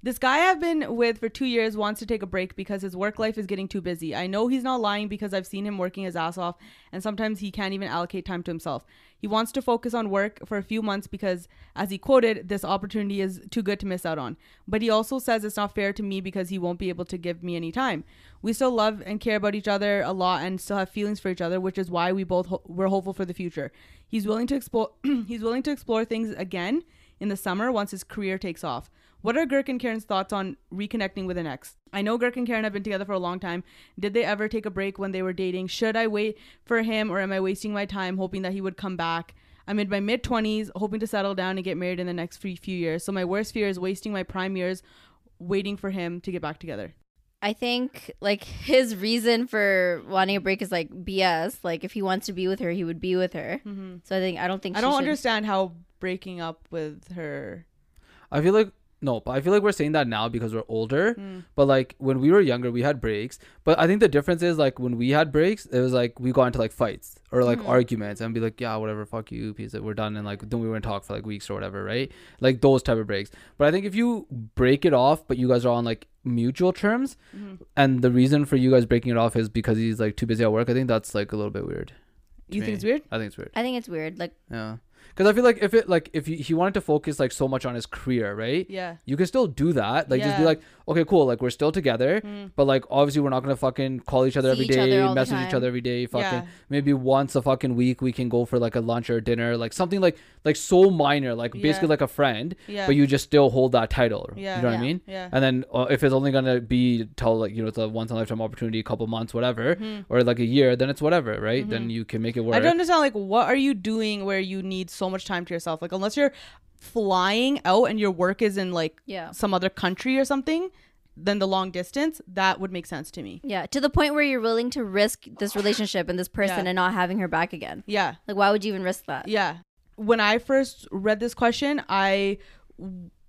Speaker 1: This guy I've been with for two years wants to take a break because his work life is getting too busy. I know he's not lying because I've seen him working his ass off, and sometimes he can't even allocate time to himself. He wants to focus on work for a few months because, as he quoted, this opportunity is too good to miss out on. But he also says it's not fair to me because he won't be able to give me any time. We still love and care about each other a lot and still have feelings for each other, which is why we both ho- we're hopeful for the future. He's willing to explore. he's willing to explore things again in the summer once his career takes off. What are Girk and Karen's thoughts on reconnecting with an ex? I know Girk and Karen have been together for a long time. Did they ever take a break when they were dating? Should I wait for him or am I wasting my time hoping that he would come back? I'm in my mid 20s, hoping to settle down and get married in the next few few years. So my worst fear is wasting my prime years waiting for him to get back together.
Speaker 3: I think like his reason for wanting a break is like BS. Like if he wants to be with her, he would be with her.
Speaker 1: Mm-hmm.
Speaker 3: So I think I don't think
Speaker 1: I
Speaker 3: she
Speaker 1: don't
Speaker 3: should-
Speaker 1: understand how breaking up with her.
Speaker 2: I feel like no, but I feel like we're saying that now because we're older. But like when we were younger, we had breaks. But I think the difference is like when we had breaks, it was like we got into like fights or like arguments and be like, yeah, whatever, fuck you, piece of, we're done, and like then we wouldn't talk for like weeks or whatever, right? Like those type of breaks. But I think if you break it off, but you guys are on like mutual terms, and the reason for you guys breaking it off is because he's like too busy at work. I think that's like a little bit weird. to
Speaker 1: You
Speaker 2: me.
Speaker 1: think it's weird?
Speaker 2: I think it's weird.
Speaker 3: I think it's weird. Like
Speaker 2: Yeah. Because I feel like if it like if he, he wanted to focus like so much on his career, right?
Speaker 1: Yeah.
Speaker 2: You can still do that. Like just
Speaker 1: Yeah.
Speaker 2: be
Speaker 1: Hmm.
Speaker 2: like, okay, cool. Like we're still together, but like obviously we're not gonna fucking call each other every
Speaker 3: See each
Speaker 2: day,
Speaker 3: other all the
Speaker 2: message each
Speaker 3: time.
Speaker 2: other every day. Fucking
Speaker 1: Yeah.
Speaker 2: maybe once a fucking week we can go for like a lunch or dinner, like something like like so minor, like basically
Speaker 1: Yeah.
Speaker 2: like a friend,
Speaker 1: Yeah.
Speaker 2: but you just still hold that title.
Speaker 1: Yeah.
Speaker 2: You know what I
Speaker 3: Yeah.
Speaker 2: mean?
Speaker 1: Yeah.
Speaker 2: And then uh, if it's only gonna be till like you know it's a once in a lifetime opportunity, a couple months, whatever, or like a year, then it's whatever, right? Then you can make it work.
Speaker 1: Hmm. I don't understand. Like, what are you doing where you need so much time to yourself? Like, unless you're flying out and your work is in like
Speaker 3: Yeah.
Speaker 1: some other country or something, then the long distance that would make sense to me.
Speaker 3: Yeah, to the point where you're willing to risk this relationship and this person
Speaker 1: Yeah.
Speaker 3: and not having her back again.
Speaker 1: Yeah,
Speaker 3: Like, why would you even risk that?
Speaker 1: yeah. When I first read this question, I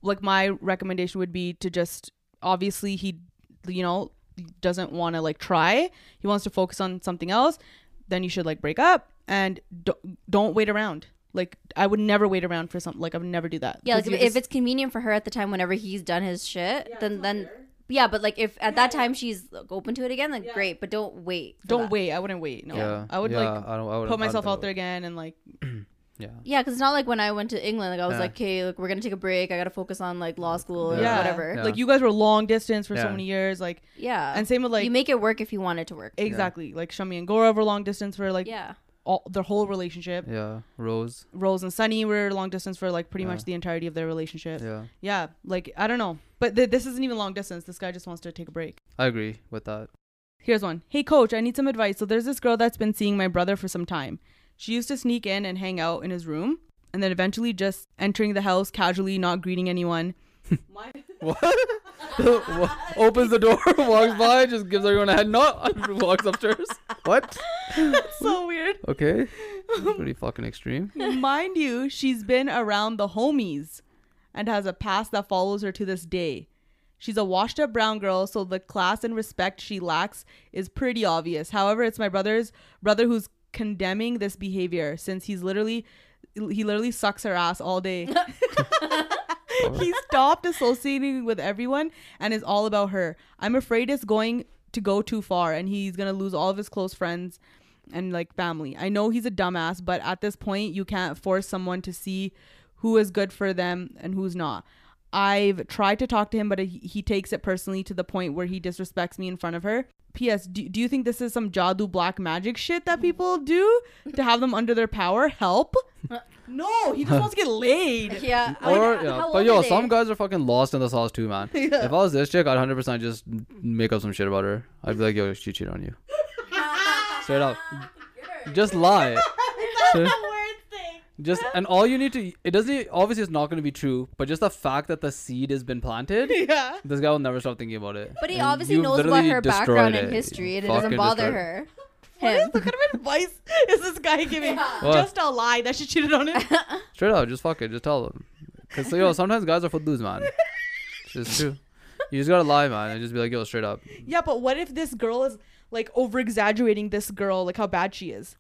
Speaker 1: like my recommendation would be to just obviously he, you know, doesn't want to like try. He wants to focus on something else. Then you should like break up and don't, don't wait around. Like I would never wait around for something. Like I would never do that.
Speaker 3: Yeah, like
Speaker 1: 'Cause
Speaker 3: if,
Speaker 1: you're
Speaker 3: if
Speaker 1: just-
Speaker 3: it's convenient for her at the time, whenever he's done his shit, then then yeah. But like if at that time she's like, open to it again, then great. But don't wait. for
Speaker 1: don't
Speaker 3: that.
Speaker 1: wait. I wouldn't wait. No, I would
Speaker 2: Yeah,
Speaker 1: like
Speaker 2: I don't, I would,
Speaker 1: put myself out there again and like
Speaker 2: Yeah.
Speaker 3: Yeah, because it's not like when I went to England. Like I was
Speaker 2: Yeah.
Speaker 3: like, okay, look, we're gonna take a break. I gotta focus on like law school and
Speaker 1: yeah,
Speaker 3: whatever.
Speaker 2: Yeah.
Speaker 3: Yeah.
Speaker 1: Like you guys were long distance for so
Speaker 2: Yeah.
Speaker 1: many years. Like and
Speaker 3: And
Speaker 1: same with like
Speaker 3: you make it work if you want it to work.
Speaker 1: exactly like Shami and Gora were long distance for like
Speaker 3: yeah.
Speaker 1: all their whole relationship.
Speaker 2: Yeah. Rose.
Speaker 1: Rose and Sunny were long distance for like pretty
Speaker 2: Yeah.
Speaker 1: much the entirety of their relationship. Yeah,
Speaker 2: Yeah.
Speaker 1: like I don't know, but th- this isn't even long distance. This guy just wants to take a break.
Speaker 2: I agree with that.
Speaker 1: Here's one. Hey coach, I need some advice. So there's this girl that's been seeing my brother for some time. She used to sneak in and hang out in his room, and then eventually just entering the house casually, not greeting anyone.
Speaker 2: What? Opens the door, walks by, just gives everyone a head nod, and walks upstairs. What?
Speaker 1: so weird.
Speaker 2: Okay. That's pretty fucking extreme.
Speaker 1: Mind you, she's been around the homies and has a past that follows her to this day. She's a washed up brown girl, so the class and respect she lacks is pretty obvious. However, it's my brother's brother who's condemning this behavior since he's literally he literally sucks her ass all day. he stopped associating with everyone and is all about her. I'm afraid it's going to go too far and he's going to lose all of his close friends and like family. I know he's a dumbass, but at this point, you can't force someone to see who is good for them and who's not. I've tried to talk to him, but he, he takes it personally to the point where he disrespects me in front of her. P.S. Do, do you think this is some Jadu black magic shit that people do to have them under their power? Help? No, he just wants to get laid.
Speaker 3: Oh, Yeah.
Speaker 2: Or
Speaker 3: Like,
Speaker 2: yeah,
Speaker 3: how
Speaker 2: but
Speaker 3: old
Speaker 2: yo,
Speaker 3: are
Speaker 2: some
Speaker 3: they?
Speaker 2: guys are fucking lost in the sauce too, man. If I was this chick, I'd hundred percent just make up some shit about her. I'd be like, yo, she cheated on you. Straight up, just lie. Straight- Just and all you need to it doesn't obviously it's not going to be true, but just the fact that the seed has been planted,
Speaker 1: Yeah.
Speaker 2: this guy will never stop thinking about it.
Speaker 3: But he
Speaker 2: And
Speaker 3: obviously
Speaker 2: you've
Speaker 3: knows about
Speaker 2: literally
Speaker 3: her
Speaker 2: destroyed
Speaker 3: background
Speaker 2: it.
Speaker 3: and history, and it
Speaker 2: Fucking
Speaker 3: doesn't bother
Speaker 2: destroyed it.
Speaker 3: her.
Speaker 1: What
Speaker 3: Him.
Speaker 1: kind of advice is this guy giving?
Speaker 2: What?
Speaker 1: Just a lie that she cheated on him.
Speaker 2: Straight up, just fuck it. Just tell them. Cause yo, sometimes guys are footloose, man. It's just true. You just gotta lie, man, and just be like, yo, straight up.
Speaker 1: Yeah, but what if this girl is like over exaggerating this girl, like how bad she is,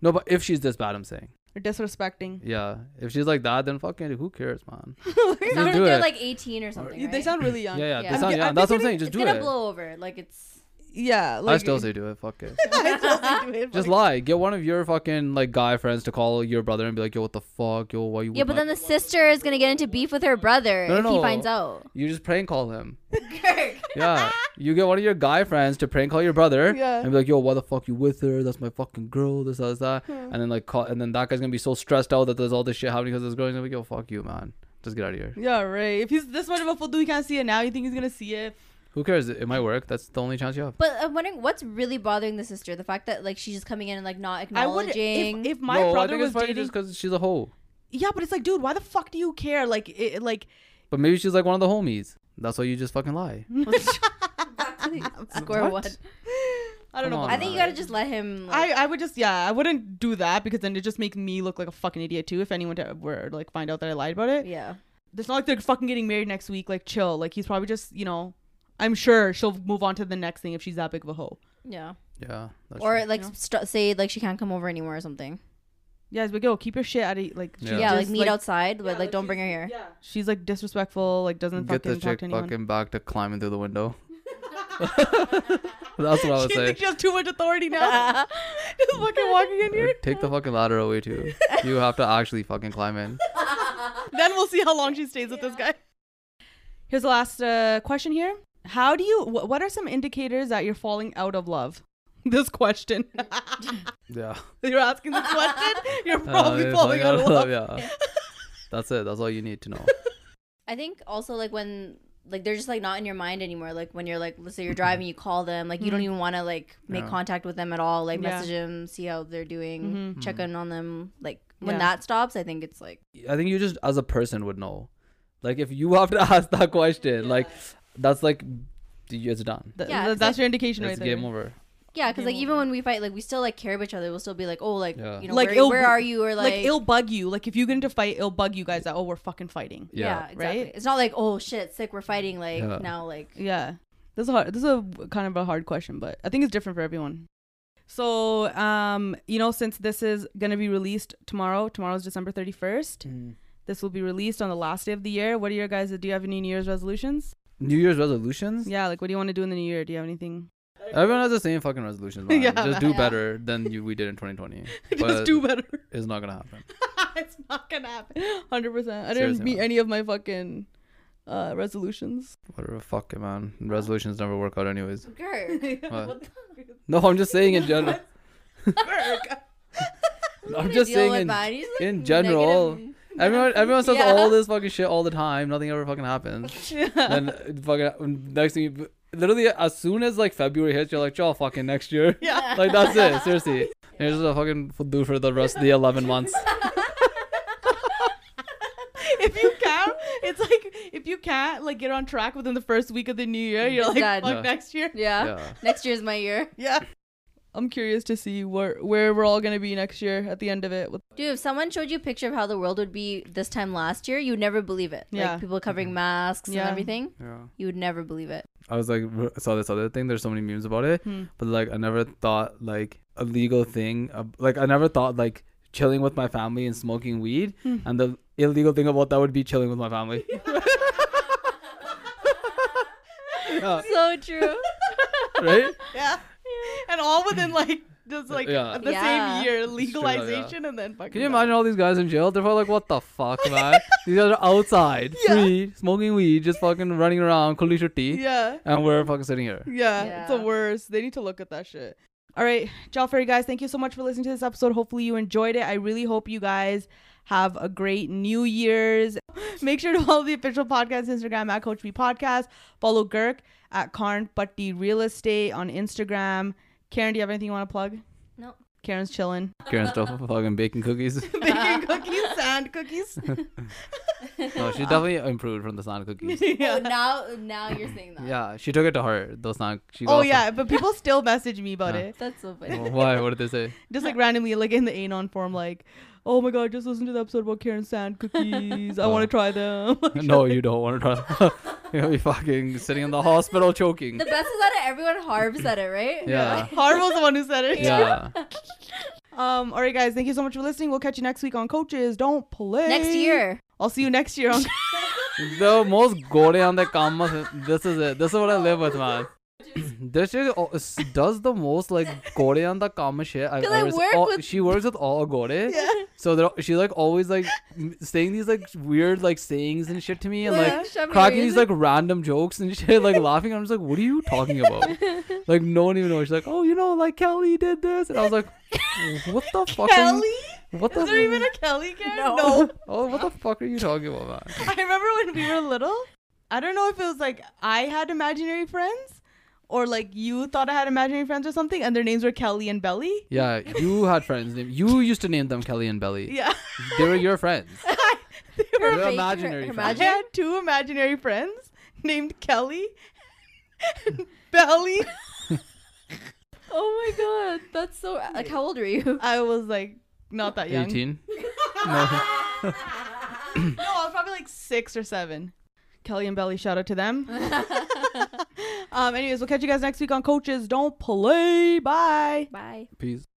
Speaker 2: No, but if she's this bad, I'm saying,
Speaker 1: or disrespecting?
Speaker 2: yeah. If she's like that, then fucking who cares, man?
Speaker 3: It
Speaker 2: Just
Speaker 3: sounds like
Speaker 2: do
Speaker 3: they're
Speaker 2: it.
Speaker 3: like 18 or something.
Speaker 1: They
Speaker 3: right?
Speaker 1: sound really young.
Speaker 2: yeah, yeah.
Speaker 3: Yeah.
Speaker 2: This
Speaker 3: I'm
Speaker 2: sound-
Speaker 1: g-
Speaker 2: yeah,
Speaker 1: I'm
Speaker 2: that's what I'm
Speaker 1: thinking
Speaker 2: saying. Just
Speaker 3: it's
Speaker 2: do
Speaker 3: gonna
Speaker 2: it.
Speaker 3: blow over. Like it's
Speaker 1: Yeah,
Speaker 2: I
Speaker 1: like,
Speaker 2: still say do it. Fuck it.
Speaker 1: I still say do it,
Speaker 2: Just
Speaker 1: like-
Speaker 2: lie. Get one of your fucking like guy friends to call your brother and be like, yo, what the fuck, yo, why you?
Speaker 3: yeah,
Speaker 2: with
Speaker 3: but
Speaker 2: my-
Speaker 3: then the sister is gonna get into beef with her brother
Speaker 2: No, no,
Speaker 3: if he
Speaker 2: no.
Speaker 3: finds out.
Speaker 2: You just prank call him. yeah. You get one of your guy friends to prank call your brother
Speaker 1: Yeah.
Speaker 2: and be like, yo, why the fuck you with her? That's my fucking girl, this, that, this, that. And then like call and then that guy's gonna be so stressed out that there's all this shit happening because this girl's gonna be like, yo, fuck you, man. Just get out of here.
Speaker 1: Yeah, right. If he's this much of a fool, he can't see it now. You think he's gonna see it?
Speaker 2: Who cares? It might work. That's the only chance you have.
Speaker 3: But I'm wondering what's really bothering the sister. The fact that like she's just coming in and like not
Speaker 1: I would. If,
Speaker 3: acknowledging.
Speaker 1: if my
Speaker 2: no, I
Speaker 1: brother
Speaker 2: think
Speaker 1: was
Speaker 2: it's probably
Speaker 1: dating,
Speaker 2: just because she's a hoe.
Speaker 1: yeah, but it's like, dude, why the fuck do you care? Like, it, like,
Speaker 2: But maybe she's like one of the homies. That's why you just fucking lie.
Speaker 3: score
Speaker 2: What?
Speaker 3: one.
Speaker 1: I don't
Speaker 2: Come
Speaker 1: know.
Speaker 2: on,
Speaker 3: I think you gotta just let him. Like,
Speaker 1: I, I would just yeah I wouldn't do that because then it just makes me look like a fucking idiot too if anyone to, were to, like find out that I lied about it.
Speaker 3: yeah.
Speaker 1: It's not like they're fucking getting married next week. Like chill. Like he's probably just you know, I'm sure she'll move on to the next thing if she's that big of a hoe.
Speaker 3: Yeah.
Speaker 2: Yeah. That's
Speaker 3: Or
Speaker 2: true.
Speaker 3: like st- say like she can't come over anymore or something.
Speaker 1: Yeah, it's like yo, keep your shit out of like
Speaker 2: Yeah.
Speaker 3: Yeah,
Speaker 1: she's
Speaker 3: like
Speaker 1: just,
Speaker 3: meet outside, but like, don't bring her here.
Speaker 1: Yeah, she's like disrespectful. Like doesn't
Speaker 2: get
Speaker 1: fucking
Speaker 2: this
Speaker 1: talk
Speaker 2: chick
Speaker 1: to anyone.
Speaker 2: fucking back to climbing through the window. That's what I would
Speaker 1: she
Speaker 2: say.
Speaker 1: thinks she has too much authority now. Just fucking walking in here.
Speaker 2: Take the fucking ladder away too. You have to actually fucking climb in.
Speaker 1: Then we'll see how long she stays with this guy. Here's the last uh, question here. How do you? Wh- what are some indicators that you're falling out of love? This question.
Speaker 2: Yeah.
Speaker 1: you're asking this question. You're probably Uh, falling out of love.
Speaker 2: Uh, Yeah. That's it. That's all you need to know.
Speaker 3: I think also like when like they're just like not in your mind anymore. Like when you're like let's say you're driving, you call them, like you don't even want to like make
Speaker 2: Yeah.
Speaker 3: contact with them at all. Like
Speaker 1: Mm-hmm. Yeah. Mm-hmm.
Speaker 3: message them, see how they're doing, check in on them. Like when
Speaker 1: Mm. Yeah.
Speaker 3: that stops, I think it's like
Speaker 2: Mm. I think you just as a person would know. Like if you have to ask that question, like that's like you- it's done.
Speaker 1: Th-
Speaker 3: Yeah,
Speaker 1: th-
Speaker 3: it's
Speaker 1: that's your indication
Speaker 2: It's
Speaker 1: right there.
Speaker 2: game over.
Speaker 3: yeah, because like
Speaker 1: Game
Speaker 3: even when we fight, like we still like care about each other. We'll still be like oh like
Speaker 2: Yeah.
Speaker 3: you know
Speaker 1: Like,
Speaker 3: where,
Speaker 1: it'll-
Speaker 3: where are you or
Speaker 1: Like,
Speaker 3: like,
Speaker 1: it'll bug you. Like if you get into fight, it'll bug you guys that oh we're fucking fighting.
Speaker 3: yeah,
Speaker 2: Yeah.
Speaker 3: exactly.
Speaker 1: right?
Speaker 3: It's not like oh shit sick we're fighting like
Speaker 2: Yeah.
Speaker 3: now like
Speaker 1: Yeah. This is a hard, this is a kind of a hard question, but I think it's different for everyone. So, um, you know, since this is gonna be released tomorrow, tomorrow's December thirty first. This will be released on the last day of the year. What are your guys? Do you have any New Year's resolutions?
Speaker 2: New Year's resolutions?
Speaker 1: Yeah, like what do you want to do in the new year? Do you have anything?
Speaker 2: Everyone has the same fucking resolutions. Man.
Speaker 1: Yeah,
Speaker 2: just do
Speaker 3: Yeah.
Speaker 2: better than you, we did in 2020.
Speaker 1: Just
Speaker 2: But
Speaker 1: do better.
Speaker 2: It's not gonna happen.
Speaker 1: it's not gonna happen. Hundred percent. I didn't
Speaker 2: Seriously,
Speaker 1: meet
Speaker 2: man.
Speaker 1: any of my fucking uh resolutions.
Speaker 2: Whatever, fuck it, man. Resolutions never work out, anyways.
Speaker 3: girl.
Speaker 2: What? No, I'm just saying in general. I'm just saying in, in general. Everyone, everyone says
Speaker 3: Yeah.
Speaker 2: all this fucking shit all the time. Nothing ever fucking happens. Then uh, fucking next thing, you, literally as soon as like February hits, you're like, "Y'all fucking next year."
Speaker 1: Yeah.
Speaker 2: Like that's it. Seriously, here's what I fucking will do for the rest of the 11 months.
Speaker 1: if you can't, it's like if you can't like get on track within the first week of the new year, you're like
Speaker 3: Done.
Speaker 1: fuck
Speaker 2: Yeah.
Speaker 1: next year.
Speaker 3: Yeah.
Speaker 2: Yeah.
Speaker 3: Next year's my year.
Speaker 1: Yeah. I'm curious to see where where we're all gonna be next year at the end of it. With
Speaker 3: Dude, if someone showed you a picture of how the world would be this time last year, you'd never believe it.
Speaker 1: Yeah.
Speaker 3: Like people
Speaker 2: Mm-hmm.
Speaker 3: covering masks
Speaker 1: Yeah.
Speaker 3: and everything,
Speaker 2: Yeah.
Speaker 3: you would never believe it.
Speaker 2: I was like, r- saw this other thing. There's so many memes about it,
Speaker 1: Hmm.
Speaker 2: but like, I never thought like a legal thing. Uh, like, I never thought like chilling with my family and smoking weed,
Speaker 3: Hmm.
Speaker 2: and the illegal thing about that would be chilling with my family. Yeah,
Speaker 3: So true.
Speaker 2: right?
Speaker 1: yeah. and all within like just like
Speaker 2: Yeah.
Speaker 1: the
Speaker 3: Yeah.
Speaker 1: same year
Speaker 2: It's true, yeah.
Speaker 1: legalization and then fucking.
Speaker 2: Can you imagine all these guys in jail? They're probably like, what the fuck, man? these guys are outside,
Speaker 1: Yeah.
Speaker 2: free, smoking weed, just fucking running around, kuli
Speaker 1: done.
Speaker 2: tea,
Speaker 1: Yeah.
Speaker 2: and we're fucking sitting here.
Speaker 1: Yeah,
Speaker 3: Yeah.
Speaker 1: it's the worst. They need to look at that shit. All right, Jaw Fairy guys, thank you so much for listening to this episode. Hopefully, you enjoyed it. I really hope you guys have a great New Year's. Make sure to follow the official podcast Instagram at Coach B Podcast. Follow Girk at Karn Patti Real Estate on Instagram. Karen, do you have anything you want to plug?
Speaker 3: No.
Speaker 1: Karen's chilling.
Speaker 2: Karen's still fucking baking cookies.
Speaker 1: Baking cookies, sand cookies.
Speaker 2: no, she definitely improved from the Sonic cookies.
Speaker 3: Oh,
Speaker 1: yeah.
Speaker 3: now now you're saying that.
Speaker 2: Yeah, she took it to heart. Those Sonic. She got
Speaker 1: Oh
Speaker 2: some-
Speaker 1: yeah, but people still message me about
Speaker 2: Yeah.
Speaker 1: it.
Speaker 3: That's so funny.
Speaker 2: Well, Why? What did they say?
Speaker 1: just like randomly like in the anon form like oh my god just listen to the episode about karen sand cookies i want to
Speaker 2: Oh.
Speaker 1: try them
Speaker 2: no, you don't want to try. You'll be fucking sitting in the hospital choking.
Speaker 3: The best is that everyone harps at it, right?
Speaker 2: Yeah.
Speaker 1: harvel's the one who said it
Speaker 2: Yeah.
Speaker 1: um all right guys thank you so much for listening we'll catch you next week on coaches don't play
Speaker 3: Next year.
Speaker 1: i'll see you next year on
Speaker 2: the most gore on the commas. This is it. This is what I live with, man. This shit o- s- does the most like gore on the comma shit I've
Speaker 3: 'Cause I
Speaker 2: ever seen.
Speaker 3: work
Speaker 2: Oh,
Speaker 3: with-
Speaker 2: She works with all gore, so they're, she like always like m- saying these like weird like sayings and shit to me, and
Speaker 3: Yeah.
Speaker 2: like
Speaker 3: Shove me
Speaker 2: cracking
Speaker 3: where
Speaker 2: these
Speaker 3: you-
Speaker 2: like random jokes and shit, like laughing. I'm just like, what are you talking about? Like no one even knows. She's like, oh, you know, like Kelly did this, and I was like, what the fuck?
Speaker 1: kelly
Speaker 2: What the?
Speaker 1: is there even a kelly karen
Speaker 3: No.
Speaker 2: oh, what the fuck are you talking about, man?
Speaker 1: i remember when we were little i don't know if it was like i had imaginary friends or like you thought i had imaginary friends or something and their names were kelly and belly
Speaker 2: Yeah, you had friends named. You used to name them Kelly and Belly.
Speaker 1: yeah
Speaker 2: They were your friends.
Speaker 1: they were
Speaker 2: They're
Speaker 3: fake-
Speaker 2: imaginary
Speaker 3: her- her
Speaker 2: friends.
Speaker 1: I
Speaker 3: magic-
Speaker 1: had two imaginary friends named Kelly and Belly.
Speaker 3: Oh my god, that's so. Like, how old are you?
Speaker 1: I was like not that young.
Speaker 2: 18.
Speaker 1: No, I was probably like six or seven. Kelly and Belly, shout out to them. um, anyways, we'll catch you guys next week on Coaches Don't Play. Bye.
Speaker 3: Bye.
Speaker 2: Peace.